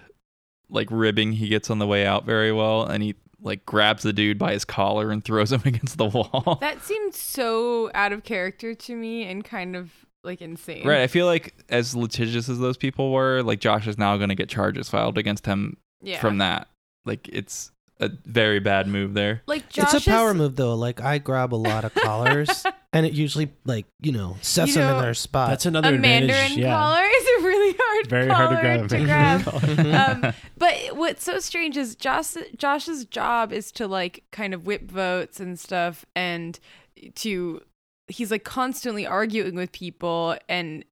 E: like ribbing he gets on the way out very well, and he like grabs the dude by his collar and throws him against the wall.
A: That seemed so out of character to me and kind of like insane.
E: Right. I feel like as litigious as those people were, like Josh is now going to get charges filed against him
A: Yeah.
E: from that. Like it's a very bad move there.
A: Like
D: it's
A: Josh
D: a power move though. Like I grab a lot of collars, and it usually like you know sets
A: You
D: them
A: know,
D: in their spot.
B: That's another
A: a mandarin collar is a really hard
B: Very hard
A: collar
B: to grab.
A: to
B: Mandarin
A: grab. um, but what's so strange is Josh, Josh's job is to like kind of whip votes and stuff, and to he's like constantly arguing with people, and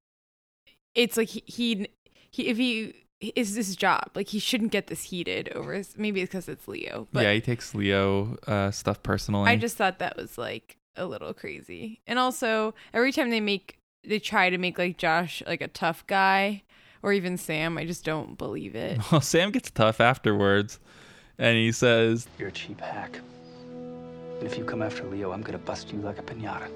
A: it's like he, he, he if he is his job, like he shouldn't get this heated over. Maybe it's because it's Leo, but
E: yeah, he takes Leo uh, stuff personally.
A: I just thought that was like a little crazy. And also, every time they make they try to make like Josh like a tough guy or even Sam, I just don't believe it.
E: Well, Sam gets tough afterwards, and he says,
J: You're a cheap hack. And if you come after Leo, I'm gonna bust you like a pinata.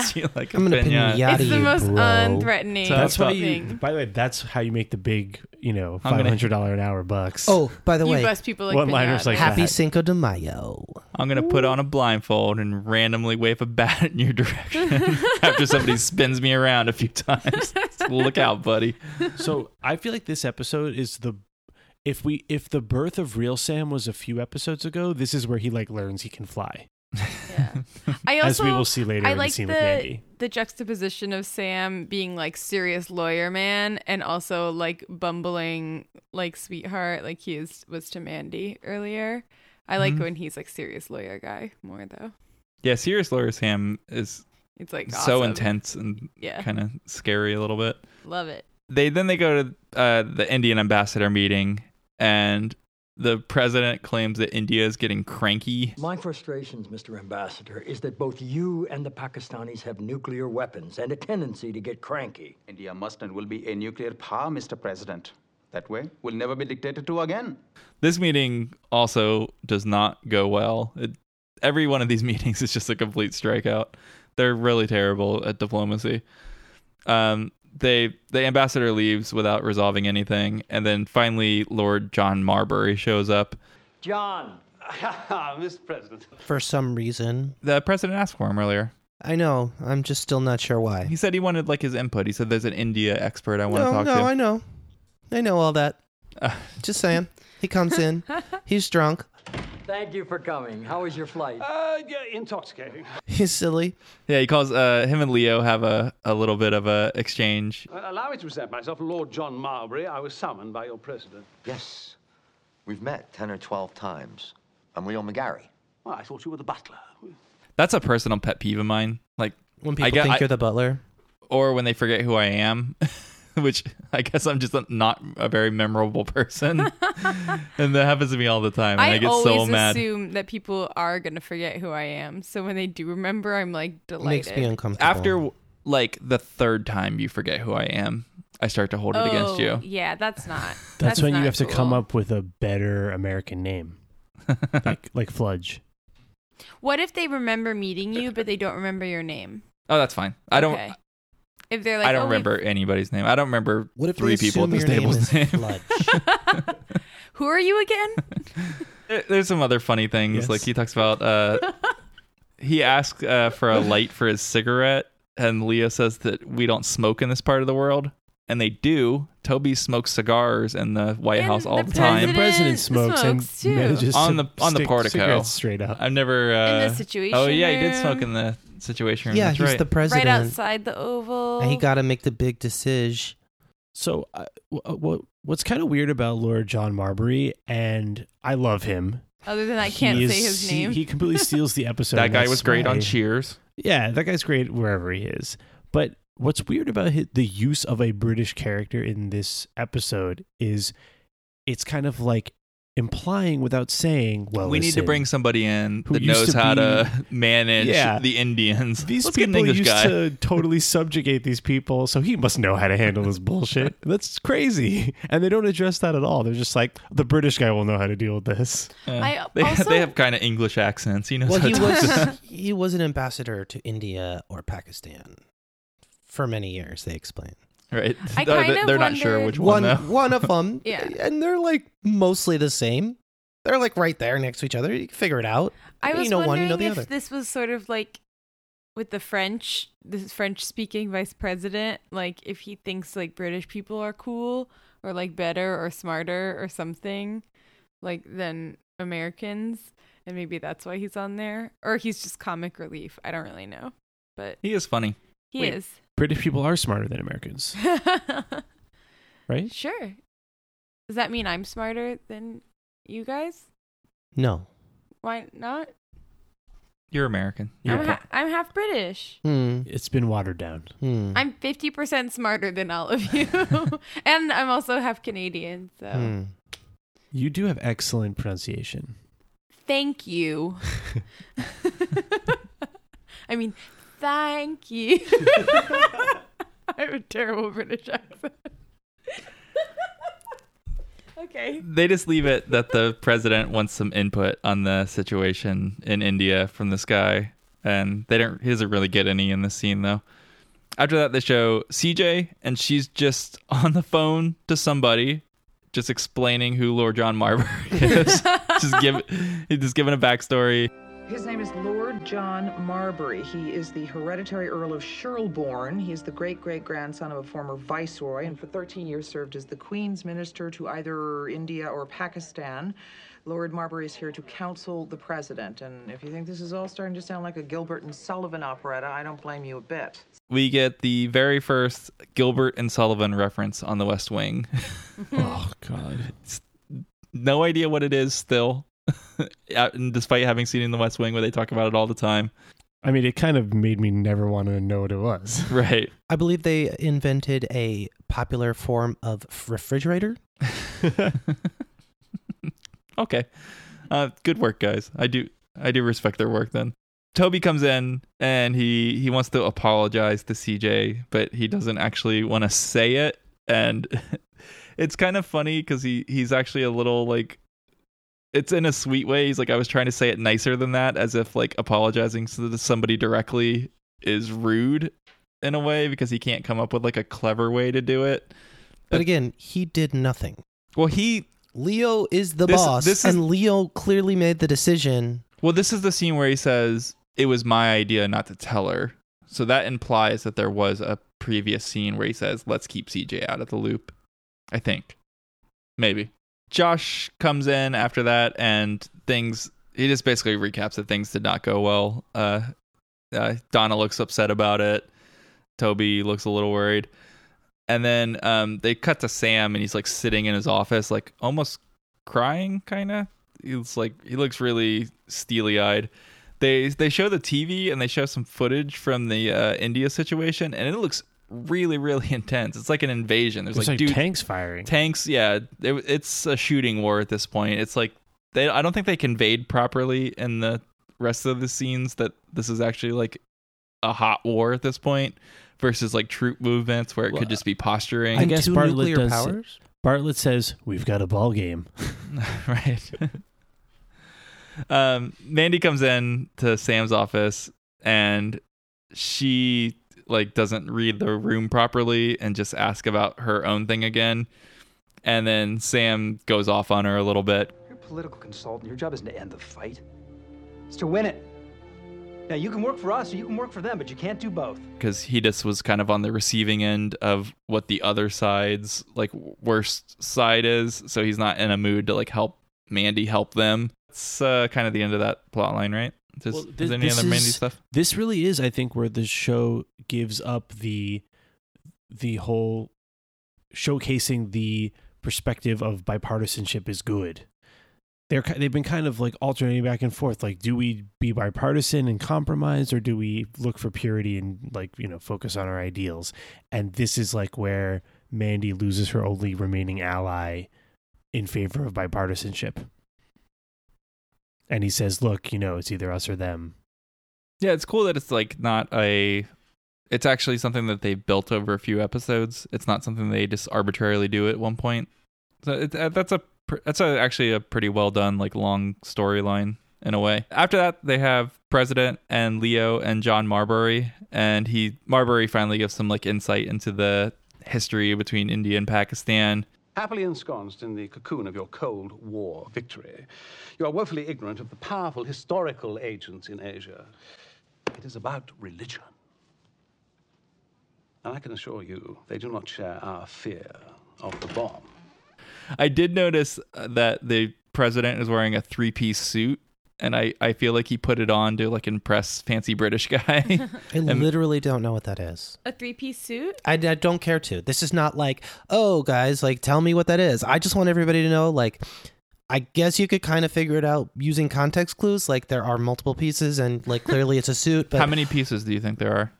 E: See, like
D: I'm gonna
E: pinata.
D: pinata
A: It's the
D: you,
A: most
D: bro.
A: unthreatening
B: That's why
A: thing.
B: you. By the way, that's how you make the big, you know,
E: I'm
B: five
E: gonna-
B: hundred dollar an hour bucks.
D: Oh, by the
A: You
D: way,
A: bust people like
B: One-liners
A: pinata.
B: like
D: happy
B: that.
D: Cinco de Mayo.
E: I'm gonna put on a blindfold and randomly wave a bat in your direction after somebody spins me around a few times. Look out, buddy.
B: so I feel like this episode is the if we if the birth of real Sam was a few episodes ago, this is where he like learns he can fly.
A: I
B: As
A: also,
B: we will see later
A: I
B: in the
A: like
B: scene
A: the,
B: with Mandy.
A: the juxtaposition of Sam being like serious lawyer man and also like bumbling like sweetheart like he is was to Mandy earlier. I like
B: Mm-hmm.
E: Mhm.
A: when he's like serious lawyer guy more though.
E: Yeah, serious lawyer Sam is
A: It's like
E: so
A: awesome.
E: intense and
A: Yeah.
E: kind of scary a little bit.
A: Love it.
E: They then they go to uh, the Indian ambassador meeting, and the president claims that India is getting cranky.
U: My frustrations, Mr. Ambassador, is that both you and the Pakistanis have nuclear weapons and a tendency to get cranky.
C: India must and will be a nuclear power, Mr. President. That way, we'll never be dictated to again.
E: This meeting also does not go well. It, every one of these meetings is just a complete strikeout. They're really terrible at diplomacy. Um, they the ambassador leaves without resolving anything, and then finally Lord John Marbury shows up.
U: John.
C: Mr. President.
D: For some reason,
E: The president asked for him earlier.
D: I know. I'm just still not sure why.
E: He said he wanted like his input. He said there's an India expert I want
D: no,
E: to talk
D: no,
E: to.
D: I know. I know all that.
B: Uh.
D: Just saying. He comes in. He's drunk.
U: Thank you for coming. How was your flight?
R: Uh, yeah, intoxicating.
D: He's silly.
E: Yeah, he calls uh, him and Leo have a, a little bit of a exchange.
R: Uh, allow me to present myself, Lord John Marbury. I was summoned by your president.
M: Yes. We've met 10 or 12 times. I'm Leo McGarry.
R: Well, I thought you were the butler.
E: That's a personal pet peeve of mine. Like
D: When
E: I
D: people
E: get,
D: think
E: I-
D: you're the butler.
E: or when they forget who I am, which I guess I'm just not a very memorable person, and that happens to me all the time. And I,
A: I,
E: get so
A: always
E: mad.
A: assume that people are gonna forget who I am, so when they do remember, I'm like delighted.
D: Makes me uncomfortable.
E: After like the third time you forget who I am, I start to hold it against
A: Oh,
E: you.
A: Yeah, that's not.
B: That's, when you
A: not
B: have to come
A: cool.
B: up with a better American name,
A: Oh.
B: like like Fludge.
A: What if they remember meeting you, but they don't remember your name?
E: Oh, that's fine. I don't.
A: Okay. If they're like,
E: I don't
A: "Oh, we-
E: remember anybody's name. I don't remember
D: What if
E: three
D: they
E: people at
D: assume
E: this
D: your name
E: table's
D: is
E: name.
D: Fludge?
A: Who are you again?
E: There- There's some other funny things.
B: Yes.
E: Like he talks about uh, he asks uh, for a light for his cigarette, and Leo says that we don't smoke in this part of the world, and they do. Toby smokes cigars in the White House all the,
B: The
E: time.
B: president
A: president
B: smokes,
A: smokes,
B: and
A: too.
B: manages
E: on
B: to
E: the on the
B: stick
E: portico,
B: cigarettes straight up.
E: I've never uh,
A: In the situation
E: Oh yeah, he did
A: room.
E: smoke in the situation room.
D: Yeah,
E: That's
D: he's
E: right.
D: the president.
A: Right outside the Oval.
D: And he got to make the big decision.
B: So, uh, what what's kind of weird about Lord John Marbury, and I love him.
A: Other than I
B: He
A: can't
B: is-
A: say his
B: he-
A: name.
B: He, completely steals the episode.
E: that
B: and
E: guy
B: that's
E: was great on
B: why-
E: Cheers.
B: Yeah, that guy's great wherever he is. But what's weird about hi- the use of a British character in this episode is it's kind of like implying without saying, well,
E: we need to
B: listen,
E: bring somebody in
B: who
E: that
B: used
E: knows
B: to
E: how
B: be-
E: to manage
B: Yeah.
E: the Indians.
B: these
E: Let's get an
B: people
E: English
B: used
E: guy.
B: to totally subjugate these people, so he must know how to handle this bullshit. That's crazy. And they don't address that at all. They're just like, the British guy will know how to deal with this.
E: Yeah.
A: I
E: they,
A: also-
E: they have kind of English accents. You know,
D: Well,
E: how
D: he
E: to-
D: was he was an ambassador to India or Pakistan for many years. They explain
E: right.
A: I
E: They're-
A: kind of
E: they're not sure
A: wondered-
E: which one.
D: one
E: though.
D: one of them.
A: Yeah.
D: and they're like mostly the same. They're like right there next to each other. You can figure it out.
A: I was
D: you know one,
A: wondering
D: you know the
A: if
D: other.
A: this was sort of like with the French, the French speaking vice president, like if he thinks like British people are cool or like better or smarter or something, like than Americans, and maybe that's why he's on there, or he's just comic relief. I don't really know, but
E: He is funny.
A: he
B: Wait,
A: is
B: British people are smarter than Americans, right?
A: sure. Does that mean I'm smarter than you guys?
D: No.
A: Why not?
E: You're American.
A: I'm, ha- I'm half British.
B: It's been watered down.
A: I'm 50% smarter than all of you. and I'm also half Canadian. So
B: Hmm. You do have excellent pronunciation.
A: thank you. I mean, thank you. I have a terrible British accent. okay.
E: They just leave it that the president wants some input on the situation in India from this guy, and they don't. He doesn't really get any in this scene though. After that, they show CJ, and she's just on the phone to somebody, just explaining who Lord John Marbury is. just give, he's just giving a backstory.
I: His name is Lord John Marbury. He is the hereditary Earl of Sherlborne. He is the great great grandson of a former viceroy and for 13 years served as the Queen's minister to either India or Pakistan. Lord Marbury is here to counsel the president. And if you think this is all starting to sound like a Gilbert and Sullivan operetta, I don't blame you a bit.
E: We get the very first Gilbert and Sullivan reference on The West Wing.
B: oh God!
E: no idea what it is still, Uh, and despite having seen it in The West Wing where they talk about it all the time.
B: I mean, it kind of made me never want to know what it was.
E: Right.
D: I believe they invented a popular form of refrigerator.
E: Okay. Uh, good work, guys. I do I do respect their work then. Toby comes in and he he wants to apologize to CJ, but he doesn't actually want to say it and it's kind of funny cuz he he's actually a little like it's in a sweet way. He's like I was trying to say it nicer than that as if like apologizing to somebody directly is rude in a way because he can't come up with like a clever way to do it.
D: But again, he did nothing.
E: Well, he
D: Leo is the
E: This-
D: boss,
E: this is-
D: and Leo clearly made the decision.
E: Well, this is the scene where he says, It was my idea not to tell her. So that implies that there was a previous scene where he says, Let's keep CJ out of the loop. I think. Maybe. Josh comes in after that and things, he just basically recaps that things did not go well. Uh, uh, Donna looks upset about it. Toby looks a little worried. And then um, they cut to Sam, and he's like sitting in his office, like almost crying, kind of. He's like he looks really steely eyed. They they show the TV and they show some footage from the uh, India situation, and it looks really really intense. It's like an invasion. There's
B: It's
E: like,
B: like
E: dude,
B: tanks firing.
E: Tanks, yeah. It, it's a shooting war at this point. It's like they I don't think they conveyed properly in the rest of the scenes that this is actually like a hot war at this point versus like troop movements where it could just be posturing.
B: I guess Bartlett does. Bartlett says we've got a ball game.
E: right. um, Mandy comes in to Sam's office and she like doesn't read the room properly and just asks about her own thing again. And then Sam goes off on her a little bit.
K: political consultant. Your job isn't to end the fight, it's to win it. Now, you can work for us or you can work for them, but you can't do both.
E: because he just was kind of on the receiving end of what the other side's like worst side is so he's not in a mood to like help mandy help them that's uh, kind of the end of that plot line right Does,
B: Well,
E: is
B: thi-
E: there any
B: this
E: other mandy
B: is-
E: stuff
B: This really is, I think, where the show gives up the the whole showcasing the perspective of bipartisanship is good. They're ki- they've been kind of like alternating back and forth. Like, do we be bipartisan and compromise, or do we look for purity and like you know focus on our ideals? And this is like where Mandy loses her only remaining ally in favor of bipartisanship. And he says, "Look, you know, it's either us or them."
E: yeah it's cool that it's like not a it's actually something that they built over a few episodes it's not something they just arbitrarily do at one point so it, uh, that's a pr- that's a, actually a pretty well done like long storyline in a way after that they have president and leo and john marbury and he marbury finally gives some like insight into the history between india and pakistan
F: Happily ensconced in the cocoon of your Cold War victory, you are woefully ignorant of the powerful historical agents in Asia.
N: It is about religion. And I can assure you, they do not share our fear of the bomb.
E: I did notice uh, that the president is wearing a three piece suit, and I, I feel like he put it on to like impress fancy British guy.
D: I literally don't know what that is.
A: A three piece suit?
D: I, I don't care to. This is not like, oh, guys, like, tell me what that is. I just want everybody to know, like, I guess you could kind of figure it out using context clues. Like, there are multiple pieces, and, like, clearly it's a suit, but
E: How many pieces do you think there are?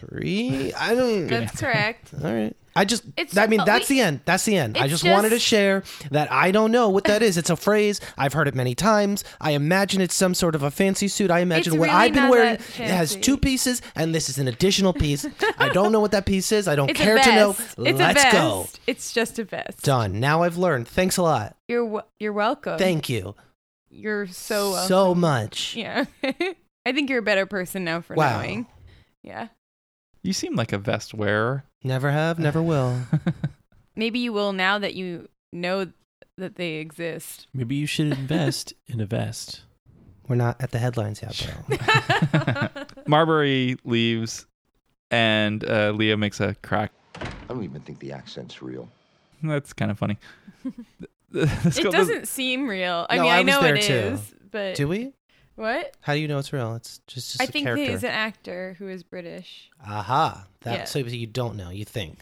D: three? I don't.
A: That's correct.
D: All right. I just,
A: It's-
D: I mean,
A: but
D: that's
A: we-
D: the end. That's the end. I
A: it's
D: just, wanted to
A: just-
D: share that I don't know what that is. It's a phrase. I've heard it many times. I imagine it's some sort of a fancy suit. I imagine
A: It's
D: what
A: really
D: I've been
A: not
D: wearing
A: that
D: it has
A: fancy.
D: two pieces, and this is an additional piece. I don't know what that piece is. I don't
A: It's a
D: care to know.
A: vest. It's a
D: Let's go.
A: vest. It's just a vest.
D: Done. Now I've learned. Thanks a lot.
A: You're w- you're welcome.
D: Thank you
A: You're Oh, so welcome.
D: so much.
A: Yeah. I think you're a better person now for
D: Wow.
A: knowing. Yeah.
E: You seem like a vest wearer.
D: Never have, never will.
A: Maybe you will now that you know that they exist.
B: Maybe you should invest in a vest.
D: We're not at the headlines yet, though.
E: Marbury leaves, and uh, Leo makes a crack.
M: I don't even think the accent's real.
E: That's kind of funny.
A: it doesn't seem real. I
D: No,
A: mean,
D: I
A: I,
D: was
A: know
D: there
A: it is,
D: too.
A: but
D: Do we?
A: What?
D: How do you know it's real? It's just, just
A: I
D: a
A: think
D: character.
A: he's an actor who is British.
D: Aha. That,
A: Yeah.
D: So you don't know. You think.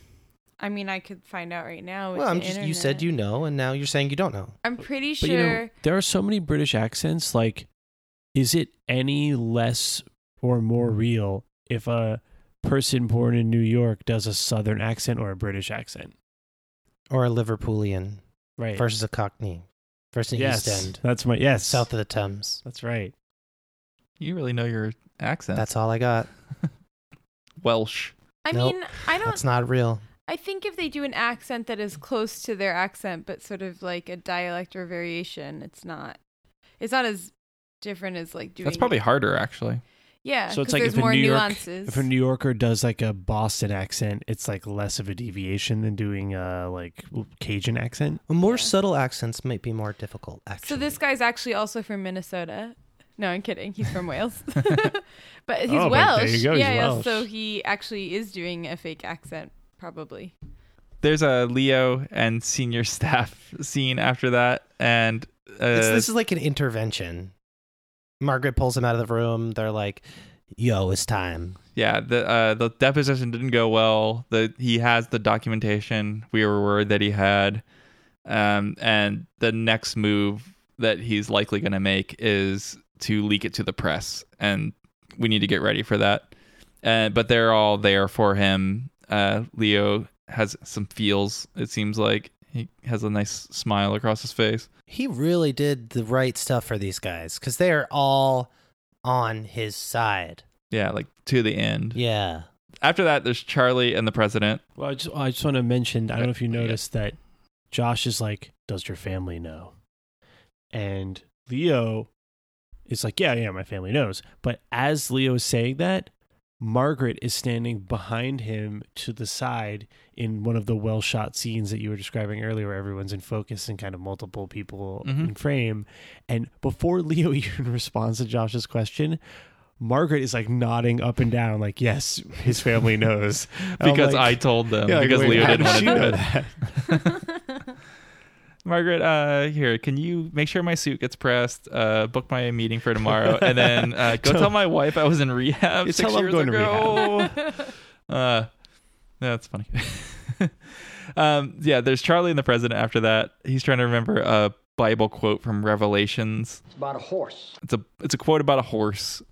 A: I mean, I could find out right now. with
D: Well,
A: Oh, the
D: I'm just. You said
A: internet.
D: you know, and now you're saying you don't know.
A: I'm pretty
B: But
A: sure.
B: you know, there are so many British accents. Like, is it any less or more real if a person born in New York does a Southern accent or a British accent?
D: Or a Liverpoolian
B: Right.
D: versus a Cockney versus an
B: yes,
D: East End.
B: that's my yes.
D: South of the Thames.
B: That's right.
E: You really know your accent.
D: That's all I got.
E: Welsh.
A: I
D: Nope.
A: mean, I don't.
D: That's not real.
A: I think if they do an accent that is close to their accent, but sort of like a dialect or variation, it's not. It's not as different as like doing.
E: That's probably harder, actually.
A: Yeah,
B: So it's
A: 'cause
B: like
A: there's
B: if a
A: more
B: New
A: nuances.
B: York, if a New Yorker does like a Boston accent, it's like less of a deviation than doing a like Cajun accent.
D: More subtle accents might be more difficult. Actually.
A: so this guy's actually also from Minnesota. No, I'm kidding. He's from Wales, but he's
B: Oh, but
A: Welsh.
B: there you go, he's
A: yeah, yeah,
B: Welsh.
A: so he actually is doing a fake accent, probably.
E: There's a Leo and senior staff scene after that, and uh,
D: It's- this is like an intervention. Margaret pulls him out of the room. They're like, "Yo, it's time."
E: yeah, the uh, the deposition didn't go well. The he has the documentation we were worried that he had, um, and the next move that he's likely going to make is to leak it to the press, and we need to get ready for that. Uh, but they're all there for him. Uh, Leo has some feels. It seems like he has a nice smile across his face.
D: He really did the right stuff for these guys because they are all on his side.
E: Yeah, like to the
B: Mm-hmm.
E: end.
D: Yeah.
E: After that, there's Charlie and the president.
B: Well, I just I just want to mention. I don't know if you noticed that Josh is like, "Does your family know?" And Leo is like, "Yeah, yeah, my family knows." But as Leo is saying that, Margaret is standing behind him to the side in one of the well shot scenes that you were describing earlier, where everyone's in focus and kind of multiple people
E: Mhm.
B: in frame. And before Leo even responds to Josh's question. Margaret is like nodding up and down, like yes, his family knows. And I'm
E: because
B: like-
E: I told them.
B: Yeah, like,
E: because
B: wait,
E: Leo
B: how
E: didn't
B: did
E: want to
B: she
E: do
B: know
E: it.
B: that?
E: Margaret, uh, here, can you make sure my suit gets pressed? Uh, book my meeting for tomorrow, and then uh, go
B: Tell-
E: tell my wife I was in rehab
B: You
E: six
B: tell I'm
E: years
B: going to
E: ago. uh, that's funny. um, yeah, there's Charlie and the president. After that, he's trying to remember a Bible quote from Revelations.
U: It's about a horse.
E: It's a it's a quote about a horse.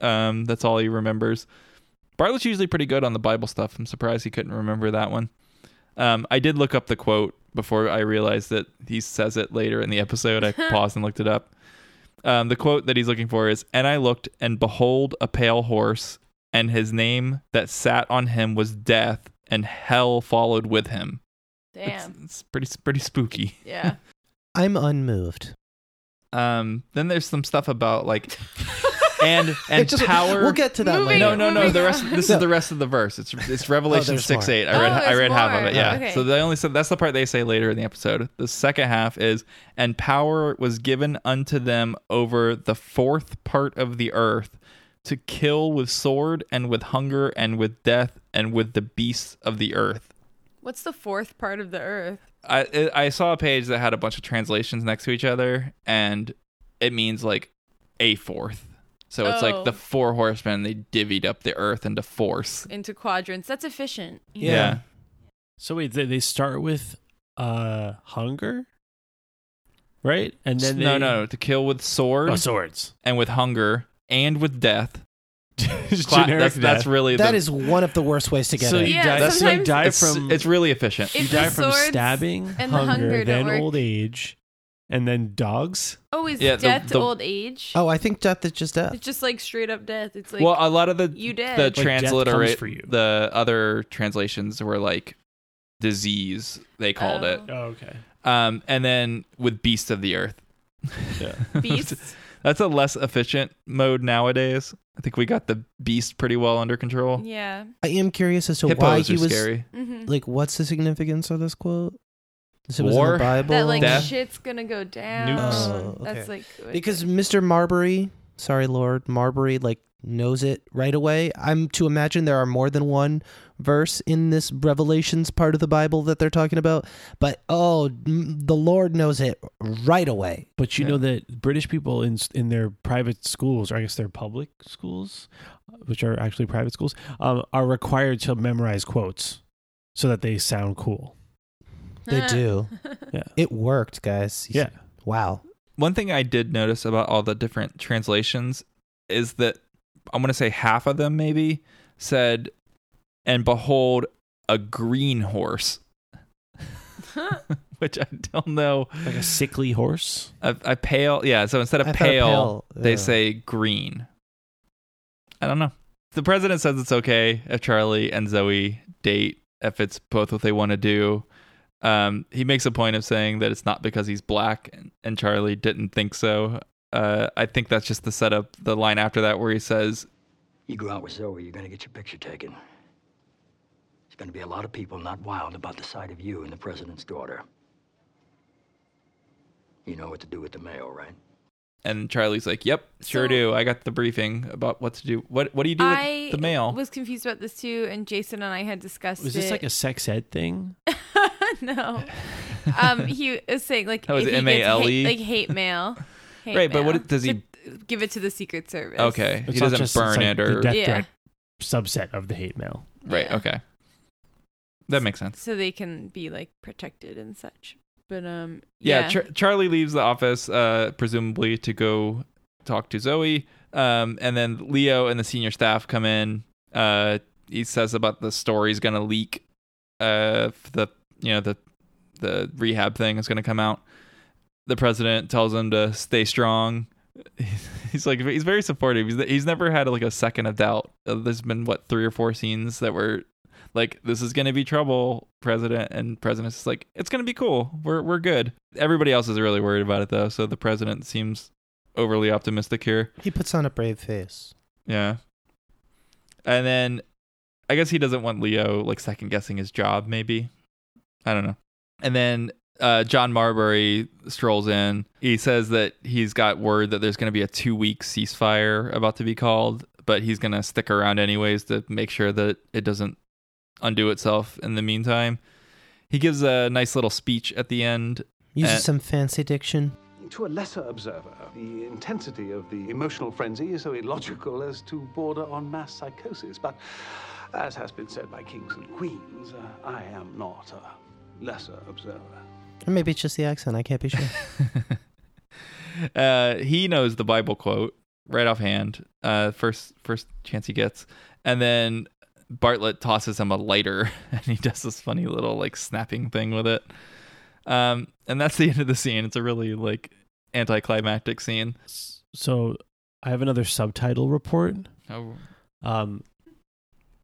E: Um, that's all he remembers. Bartlett's usually pretty good on the Bible stuff. I'm surprised he couldn't remember that one. Um, I did look up the quote before I realized that he says it later in the episode. I paused and looked it up. Um, the quote that he's looking for is, "And I looked, and behold, a pale horse, and his name that sat on him was Death, and Hell followed with him." It's-
A: Damn.
E: it's pretty pretty spooky.
A: Yeah.
D: I'm unmoved.
E: Um, then there's some stuff about like and and
D: It's just-
E: power.
D: we'll get to that Moving- later.
E: No, no, no.
D: moving
E: The rest.
D: on.
E: This is the rest of the verse. It's it's Revelation
D: Oh, there's
E: six
D: more.
E: eight. I read
D: Oh,
E: I
D: there's
E: read half of
D: more.
E: it. Yeah.
D: Okay.
E: So they only said that's the part they say later in the episode. The second half is and power was given unto them over the fourth part of the earth to kill with sword and with hunger and with death and with the beasts of the earth.
A: What's the fourth part of the earth?
E: I I- I saw a page that had a bunch of translations next to each other, and it means like a fourth. So it's
A: Oh.
E: like the four horsemen. They divvied up the earth into force.
A: Into quadrants. That's efficient.
E: Yeah. Yeah.
B: So wait, they, they start with uh hunger, right? And then
E: no,
B: they,
E: no, to kill with swords,
B: Oh, swords.
E: and with hunger, and with death. Cla-
B: generic
E: that's, that's
B: death.
E: really
D: That
E: the-
D: is one of the worst ways to get
B: So
D: it.
B: you Yeah, die- so you sometimes- die
E: it's,
B: from-
E: It's really efficient.
A: If
B: you
A: the
B: die from
A: swords
B: stabbing,
A: and the
B: hunger,
A: hunger
B: then
A: don't work.
B: old age, and then dogs.
A: Oh, is
E: Yeah, the-
A: death
E: the-
A: old age?
D: Oh, I think death is just death.
A: It's just like straight up death. It's like
E: well, a lot of the
A: you dead.
E: the
A: Like,
B: death comes
E: transliterate
B: for you.
E: the other translations were like disease. They called it.
B: Oh, okay.
E: Um, and then with beast of the earth.
B: Yeah.
A: Beasts?
E: That's a less efficient mode nowadays. I think we got the beast pretty well under control.
A: yeah.
D: I am curious as to
E: Hippos
D: why
E: are
D: he was
E: scary.
A: Mhm.
D: like. What's the significance of this quote? This was in
E: War?
D: the Bible.
A: That like
E: Death.
A: shit's gonna go down.
E: Nukes.
D: Oh, okay.
A: That's like what-
D: because Mr. Marbury, sorry Lord Marbury, like knows it right away. I'm to imagine there are more than one verse in this Revelations part of the Bible that they're talking about, but oh, m- the Lord knows it right away.
B: But you know that British people in in their private schools, or I guess their public schools, uh, which are actually private schools, um, are required to memorize quotes so that they sound cool.
D: They do.
B: Yeah.
D: It worked, guys.
B: Yeah.
D: Wow.
E: One thing I did notice about all the different translations is that I'm going to say half of them maybe said, and behold, a green horse, which I don't know.
B: Like a sickly horse.
E: A, a pale, yeah. So instead of
D: I thought
E: pale,
D: pale,
E: they
D: yeah.
E: say green. I don't know. The president says it's okay if Charlie and Zoe date, if it's both what they want to do. Um, he makes a point of saying that it's not because he's black, and, and Charlie didn't think so. Uh, I think that's just the setup, the line after that where he says,
U: You go out with Zoe, you're gonna get your picture taken. There's gonna be a lot of people not wild about the sight of you and the president's daughter. You know what to do with the mail, right?
E: and Charlie's like, "Yep, sure
A: So-
E: do. I got the briefing about what to do. What What do you do
A: I
E: with the mail?"
A: was confused about this too, and Jason and I had discussed
B: Was this
A: it.
B: like a sex ed thing?
A: no. Um, he was saying like
E: That was
A: if he gets
E: M.A.L.E..
A: hate- like hate mail. Hate
E: E? Right, but what
A: mail,
E: does he-
A: to give it to the Secret Service?
E: Okay,
B: It's
E: he
B: not
E: doesn't
B: just- it's
E: burn
B: like
E: it
B: the
E: or
B: death
A: Yeah.
B: threat subset of the hate mail.
E: right.
A: Yeah.
E: Okay, that makes sense.
A: so they can be like protected and such. But um,
E: yeah,
A: yeah,
E: Char- Charlie leaves the office, uh, presumably to go talk to Zoe. Um, and then Leo and the senior staff come in. Uh, he says about the story's gonna leak. Uh, f- the you know the the rehab thing is gonna come out. The president tells him to stay strong. He's like he's very supportive. He's, he's never had like a second of doubt. Uh, There's been what three or four scenes that were like this is going to be trouble president and president's just like it's going to be cool we're we're good everybody else is really worried about it though so the president seems overly optimistic here
D: He puts on a brave face.
E: yeah and then i guess he doesn't want leo like second guessing his job maybe i don't know and then uh, john marbury strolls in he says that he's got word that there's going to be a two week ceasefire about to be called but he's going to stick around anyways to make sure that it doesn't undo itself in the meantime. He gives a nice little speech at the end.
D: Uses
E: Uh,
D: some fancy diction.
N: To a lesser observer, the intensity of the emotional frenzy is so illogical as to border on mass psychosis. But as has been said by kings and queens, uh, I am not a lesser observer.
D: Or maybe it's just the accent. I can't be sure.
E: uh, he knows the Bible quote right offhand. Uh, first first chance he gets, and then Bartlett tosses him a lighter, and he does this funny little like snapping thing with it. Um, and that's the end of the scene. It's a really like anticlimactic scene.
B: So I have another subtitle report.
E: Oh,
B: Um,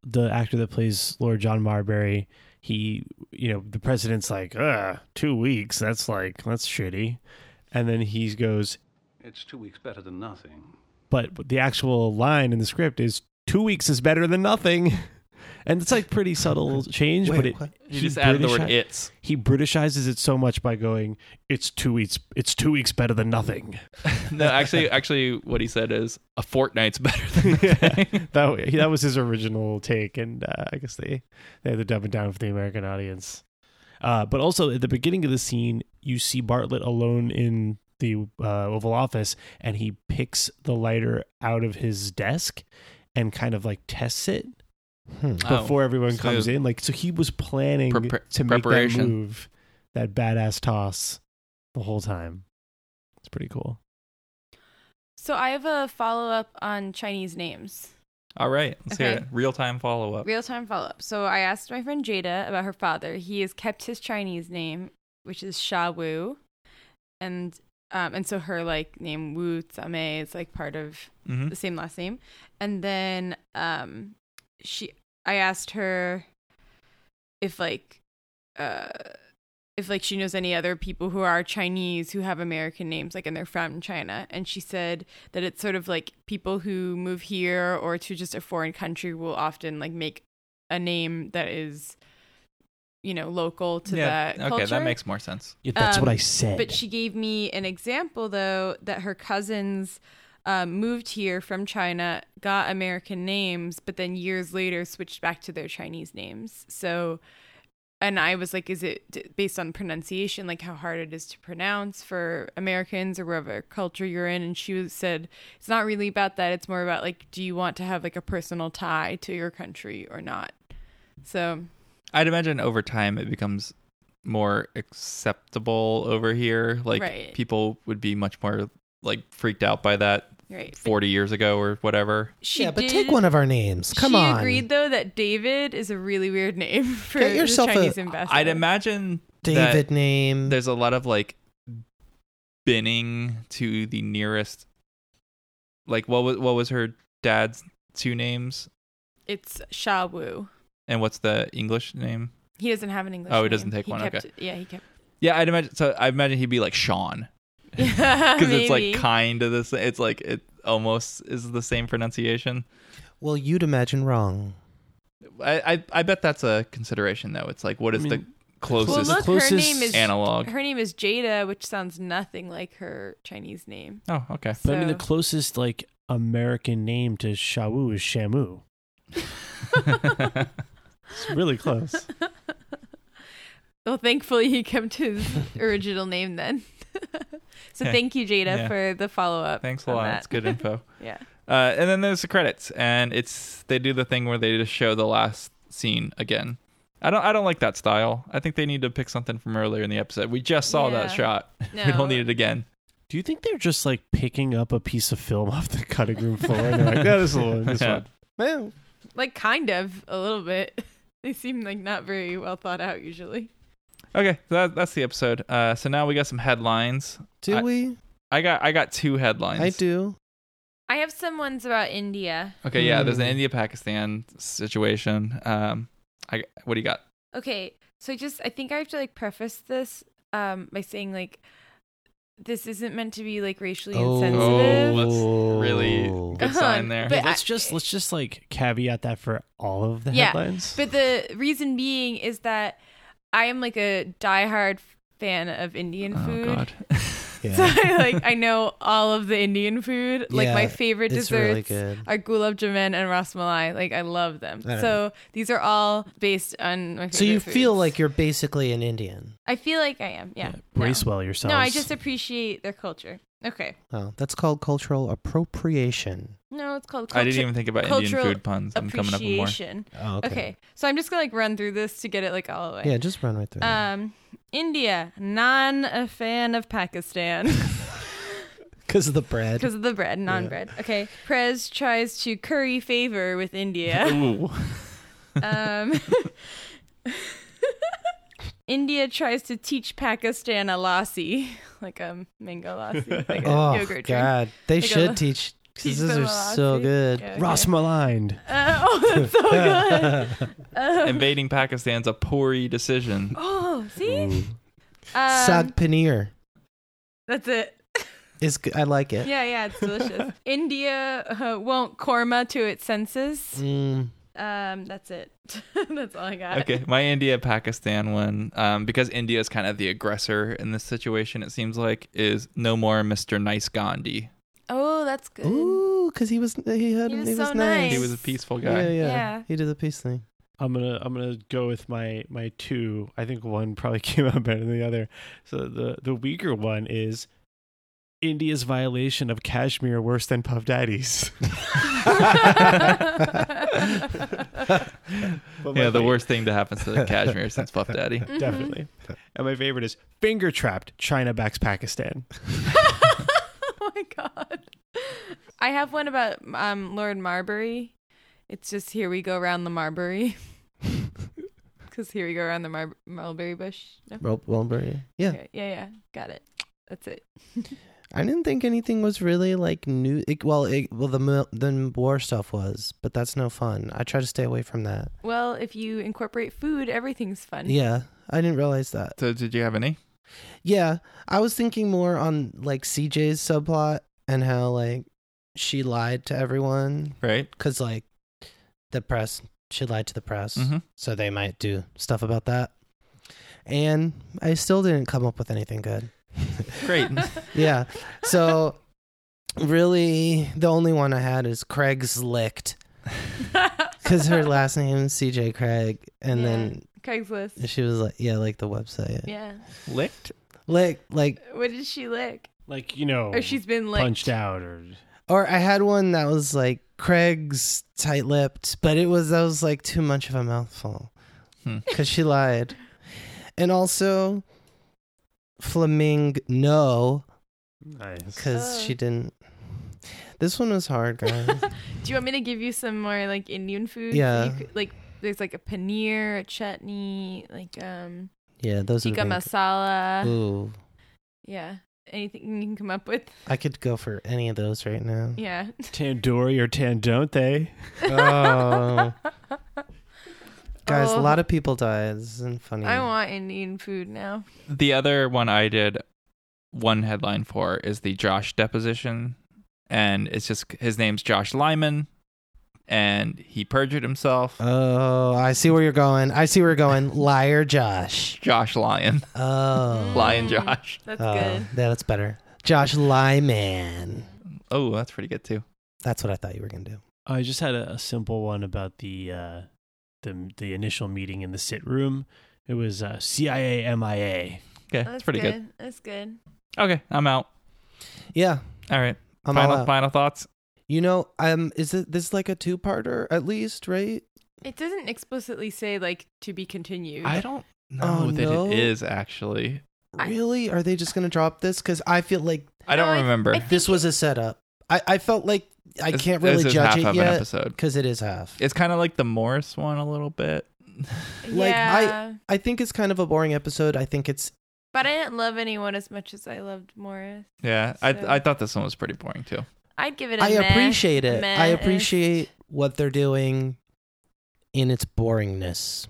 B: the actor that plays Lord John Marbury, he, you know, the president's like, uh, two weeks. That's like, that's shitty. And then he goes,
N: It's two weeks better than nothing.
B: but the actual line in the script is two weeks is better than nothing. and it's like pretty subtle change,
E: Wait,
B: but it
E: what? You just added the word it's.
B: He Britishizes it so much by going, "It's two weeks. It's two weeks better than nothing."
E: no, actually, actually, what he said is a fortnight's better than
B: that he- that was his original take, and uh, I guess they they had to dumb it down for the American audience. Uh, but also at the beginning of the scene, you see Bartlett alone in the uh, Oval Office, and he picks the lighter out of his desk and kind of like tests it
A: Hmm.
E: Oh,
B: before everyone comes
E: smooth.
B: in. Like, so he was planning
E: Prepar-
B: to make that
E: preparation.
B: move, that badass toss, the whole time. It's pretty cool.
A: So I have a follow up on Chinese names.
E: All right, let's hear
A: Okay.
E: it. Real time follow up.
A: Real time follow up. So I asked my friend Jada about her father. He has kept his Chinese name, which is Sha Wu, and um, and so her like name Wu Tsame is like part of
E: Mhm.
A: the same last name. And then um, she, I asked her if like uh, if like she knows any other people who are Chinese who have American names, like and they're from China. And she said that it's sort of like people who move here or to just a foreign country will often like make a name that is, you know, local to
E: Yeah,
A: that
E: okay, that
A: culture.
E: makes more sense. Yeah,
B: that's what I said.
A: Um, But she gave me an example though that her cousins. Um, moved here from China, got American names, but then years later switched back to their Chinese names. So and I was like, is it d- based on pronunciation, like how hard it is to pronounce for Americans or whatever culture you're in? And she was, said, it's not really about that. It's more about like, do you want to have like a personal tie to your country or not? So
E: I'd imagine over time it becomes more acceptable over here. Like
A: Right.
E: people would be much more like freaked out by that
A: Right.
E: 40 years ago or whatever.
A: she
D: yeah, but
A: did,
D: take one of our names. Come
A: she
D: on.
A: agreed though that David is a really weird name for
D: Get yourself
A: the
D: a-
A: Chinese ambassador.
E: I'd imagine that
D: David name.
E: there's a lot of like binning to the nearest like what was what was her dad's two names
A: it's Sha Wu.
E: and what's the English name?
A: He doesn't have an English.
E: Oh, he doesn't
A: name.
E: take one,
A: kept
E: okay.
A: it- Yeah, he kept.
E: Yeah, I'd imagine so I imagine he'd be like Sean. because
A: Because
E: it's like kind of the same. It's like it almost is the same pronunciation.
D: well, you'd imagine wrong.
E: I I, I bet that's a consideration though. It's like what is the
D: mean,
E: closest,
A: well, look, her name is
E: analog?
A: Her name is Jada, which sounds nothing like her Chinese name.
E: Oh, okay.
B: But I mean, the
A: So-
B: closest like American name to Shawu is Shamu. it's really close.
A: Well, thankfully he kept his original name then. so
E: Yeah.
A: thank you, Jada,
E: Yeah.
A: for the follow up.
E: Thanks a lot. That's good info.
A: yeah.
E: Uh, and then there's the credits, and it's they do the thing where they just show the last scene again. I don't I don't like that style. I think they need to pick something from earlier in the episode. We just saw that
A: Yeah.
E: shot. we
A: No.
E: don't need it again.
B: Do you think they're just like picking up a piece of film off the cutting room floor? And they're like, "Yeah, this is the one. This
E: Yeah.
B: one." Well,
A: Like kind of a little bit. They seem like not very well thought out usually.
E: Okay, so that, that's the episode. Uh, so now we got some headlines.
D: Do
E: I-
D: we?
E: I got I got two headlines.
D: I do.
A: I have some ones about India.
E: Okay, yeah, there's an
D: Hmm.
E: India Pakistan situation. Um, I what do you got?
A: Okay, so just I think I have to like preface this um by saying like this isn't meant to be like racially
E: Oh,
A: insensitive.
E: that's really good sign there.
A: Uh-huh, But
B: let's just let's just like caveat that for all of the headlines.
A: But the reason being is that I am like a diehard fan of Indian
D: Oh,
A: food.
E: Oh, God.
A: So I like I know all of the Indian food. Like my
D: Yeah,
A: favorite
D: it's
A: desserts
D: really good.
A: are gulab jamun and ras malai. Like I love them.
D: I don't
A: So these are all based on my favorite
D: So you
A: foods.
D: feel like you're basically an Indian.
A: I feel like I am. Yeah.
B: Brace
A: no.
B: well yourselves.
A: No, I just appreciate their culture. Okay.
D: Oh, that's called cultural appropriation.
A: No, it's called.
E: I didn't even think about Indian
A: cultural
E: food puns. I'm coming up with more.
A: appreciation.
D: Oh, okay.
A: so I'm just gonna like run through this to get it like all the way.
D: Yeah, just run right through. it.
A: Um, India, non a fan of Pakistan.
D: Because of the bread.
A: Because of the bread, non bread. Okay. Prez tries to curry favor with India.
E: Ooh.
A: um, India tries to teach Pakistan a lassi, like a mango lassi. Like a
D: oh
A: yogurt drink.
D: God, they
A: Like a-
D: should teach. 'cause
A: teach
D: These
A: them
D: are
A: a
D: so
A: lassi.
D: good.
A: Yeah,
D: Ross
A: okay.
B: Rosmalind.
A: Uh, oh, that's so good. Um,
E: Invading Pakistan's a poorly decision.
A: oh, see?
D: Mm.
A: Um,
D: Sag paneer
A: That's it.
D: is. g- I like it.
A: Yeah, yeah, it's delicious. India uh, won't korma to its senses.
D: Mm,
A: Um, that's it. that's all I got.
E: Okay, my India Pakistan one, um, because India is kind of the aggressor in this situation. It seems like is no more Mr. Nice Gandhi.
A: Oh, that's good.
D: Ooh, because he was he had
A: He
D: he
A: was
D: was,
A: so
D: nice.
E: He was a peaceful guy.
D: Yeah, yeah,
A: Yeah.
D: He did the peace thing.
B: I'm gonna I'm gonna go with my my two. I think one probably came out better than the other. So the the weaker one is India's violation of Kashmir worse than Puff Daddy's.
A: Mm-hmm.
B: But my
E: yeah, the
B: fa-
E: worst thing to happen to the Kashmir since Puff Daddy.
A: Mm-hmm.
B: Definitely. And my favorite is finger trapped. China backs Pakistan.
A: Oh I have one about um Lord Marbury. It's just here we go round the Marbury. Because here we go around the Mar- mulberry bush. No?
D: Well, Wilbur, yeah.
A: Okay, Yeah, yeah. Got it. That's it.
D: I didn't think anything was really like new. It, well, it, well, the mil- the war stuff was, but that's no fun. I try to stay away from that.
A: Well, if you incorporate food, everything's fun.
D: Yeah, I didn't realize that.
E: So, did you have any?
D: Yeah, I was thinking more on like CJ's subplot and how like she lied to everyone,
E: Right.
D: Because like the press, she lied to the press,
E: Mhm.
D: so they might do stuff about that. And I still didn't come up with anything good.
E: Great.
D: yeah. So really, the only one I had is Craig's licked because her last name is CJ Craig, and then
A: Craigslist.
D: she was like, yeah, like the website,
A: Yeah.
E: licked,
D: lick, like,
A: What did she lick?
B: Like you know,
D: Oh,
A: Or she's been licked.
B: punched out or
D: or I had one that was like Craig's tight lipped, but it was that was like too much of a mouthful
E: Hmm.
D: because she lied, and also Flaming no,
B: nice
D: because
A: Oh.
D: she didn't. This one was hard, guys.
A: Do you want me to give you some more like Indian food? So
D: Yeah.
A: you could- like there's like a paneer, a chutney, like um
D: yeah, those
A: tikka
D: are
A: masala.
D: Ooh,
A: Yeah. Anything you can come up with.
D: I could go for any of those right now.
A: Yeah.
B: tandoori or tan don't they?
D: Oh. Guys, a
A: Oh.
D: lot of people died. This isn't funny.
A: I want Indian food now.
E: The other one I did one headline for is the Josh deposition. And it's just his name's Josh Lyman. And he perjured himself.
D: Oh, I see where you're going. I see where you're going. Liar Josh.
E: Josh Lyon.
D: Oh.
E: Lion Josh.
A: That's
D: Oh, Yeah, that's better. Josh Lyman.
E: Oh, that's pretty good too.
D: That's what I thought you were going to do.
B: I just had a, a simple one about the uh, the the initial meeting in the sit room. It was uh, CIA MIA.
E: Okay,
A: That's
E: Oh, that's pretty good.
A: That's good.
E: Okay, I'm out.
D: Yeah.
E: All right.
D: I'm all
E: final
D: out.
E: final thoughts.
D: You know, um, is it this is like a two parter at least, right?
A: It doesn't explicitly say like to be continued.
E: I don't know
D: Oh,
E: that
D: no.
E: it is actually.
D: Really? Are they just gonna drop this? Because I feel like
E: I don't remember.
D: this was a setup. I, I felt like I
E: This-
D: can't
E: this
D: really
E: is
D: judge
E: half
D: it
E: of an
D: yet
E: episode.
D: because it is half.
E: It's kind of like the Morris one a little bit.
D: Like
A: Yeah.
D: I, I think it's kind of a boring episode. I think it's
A: But I didn't love anyone as much as I loved Morris.
E: Yeah, I
A: So-
E: I thought this one was pretty boring too.
A: I'd give it a
D: I
A: meh,
D: appreciate it. I
A: meh-ish.
D: appreciate what they're doing in its boringness.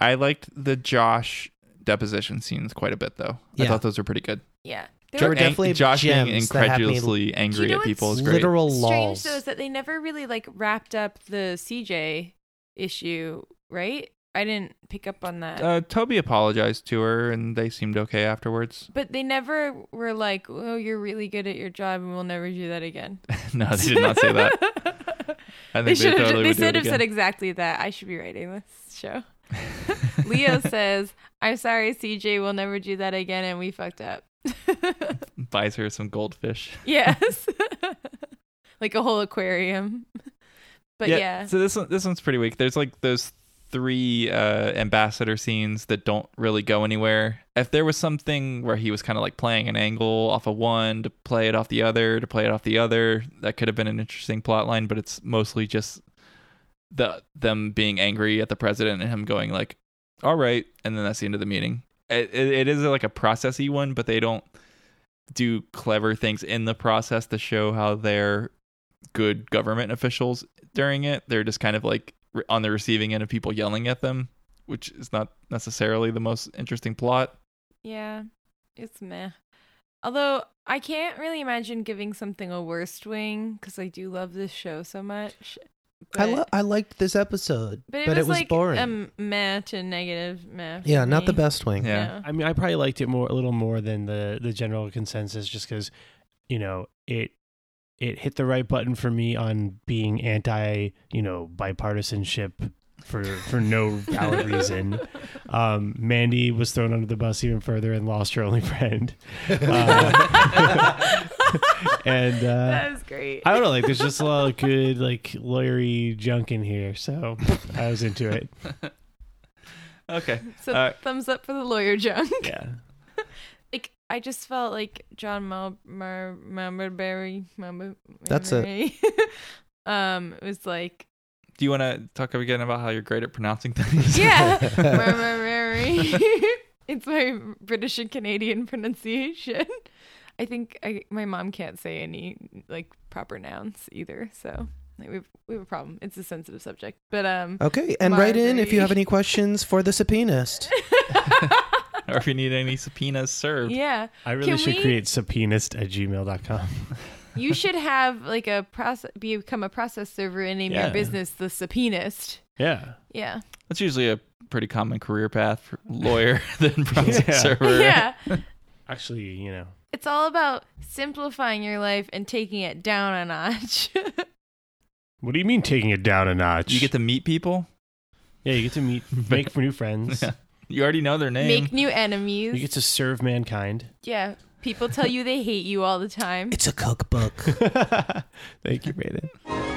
E: I liked the Josh deposition scenes quite a bit though. I
D: Yeah.
E: thought those were pretty good.
A: Yeah.
D: There were
E: Ang-
D: definitely
E: Josh being
D: gems that had me-
E: incredulously angry
A: know
E: at people
A: what's
E: is great.
D: Literal
A: strange
D: lols.
A: though is that they never really like wrapped up the CJ issue, right? I didn't pick up on that.
E: Uh, Toby apologized to her, and they seemed okay afterwards.
A: but they never were like, "Oh, you're really good at your job, and we'll never do that again."
E: no, Oh, they did not say that. I
A: they
E: think they,
A: should have.
E: totally
A: they
E: would do it
A: should have said
E: again.
A: exactly that. I should be writing this show. Leo says, "I'm sorry, CJ. We'll never do that again, and we fucked up."
E: Buys her some goldfish.
A: Yes, like a whole aquarium. But yeah,
E: So this one, this one's pretty weak. There's like those three uh, ambassador scenes that don't really go anywhere. If there was something where he was kind of like playing an angle off of one to play it off the other to play it off the other, that could have been an interesting plot line. But it's mostly just the them being angry at the president and him going like, "All right," and then that's the end of the meeting. It, it, it is like a processy one, but they don't do clever things in the process to show how they're good government officials during it. They're just kind of like re- on the receiving end of people yelling at them, which is not necessarily the most interesting plot.
A: yeah, it's meh. Although I can't really imagine giving something a worst wing because I do love this show so much.
D: I
A: but-
D: lo- I liked this episode,
A: But it was, like um, Mm.
D: boring.
A: a meh to negative meh. for
D: Yeah, not the
A: me.
D: best wing.
A: Yeah.
B: I mean, I probably liked it more a little more than the the general consensus, just because you know it it hit the right button for me on being anti you know bipartisanship for for no valid reason. Um, Mandy was thrown under the bus even further and lost her only friend. Uh, and uh,
A: That was great.
B: I don't know, like there's just a lot of good like lawyery junk in here, so I was into it.
E: Okay.
A: So
E: Uh,
A: thumbs up for the lawyer junk.
B: Yeah.
A: like I just felt like John Mal- Mar- Marbury. Marbury.
E: That's it.
A: um, it was like
E: do you want to talk again about how you're great at pronouncing things?
A: yeah, Marbury. it's my British and Canadian pronunciation. I think I, my mom can't say any like proper nouns either, so like, we've we have a problem. It's a sensitive subject, but um.
D: Okay, and write in if you have
A: Marbury-
D: any questions for the subpoenast.
E: or if you need any subpoenas served.
A: Yeah.
B: I really
A: Can
B: should
A: we-
B: create subpoenist at gmail.com.
A: You should have like a process, become a process server and name
E: Yeah.
A: your business the subpoenast.
B: Yeah.
A: Yeah.
E: That's usually a pretty common career path for lawyer than process server.
A: Yeah.
B: Actually, you know.
A: It's all about simplifying your life and taking it down a notch.
B: What do you mean taking it down a notch? You get
E: to meet people?
B: Yeah, you get to meet make new friends.
E: You already know their name.
A: Make new enemies.
B: You get to serve mankind.
A: yeah. People tell you they hate you all the time.
D: It's a cookbook.
B: Thank you, Brayden.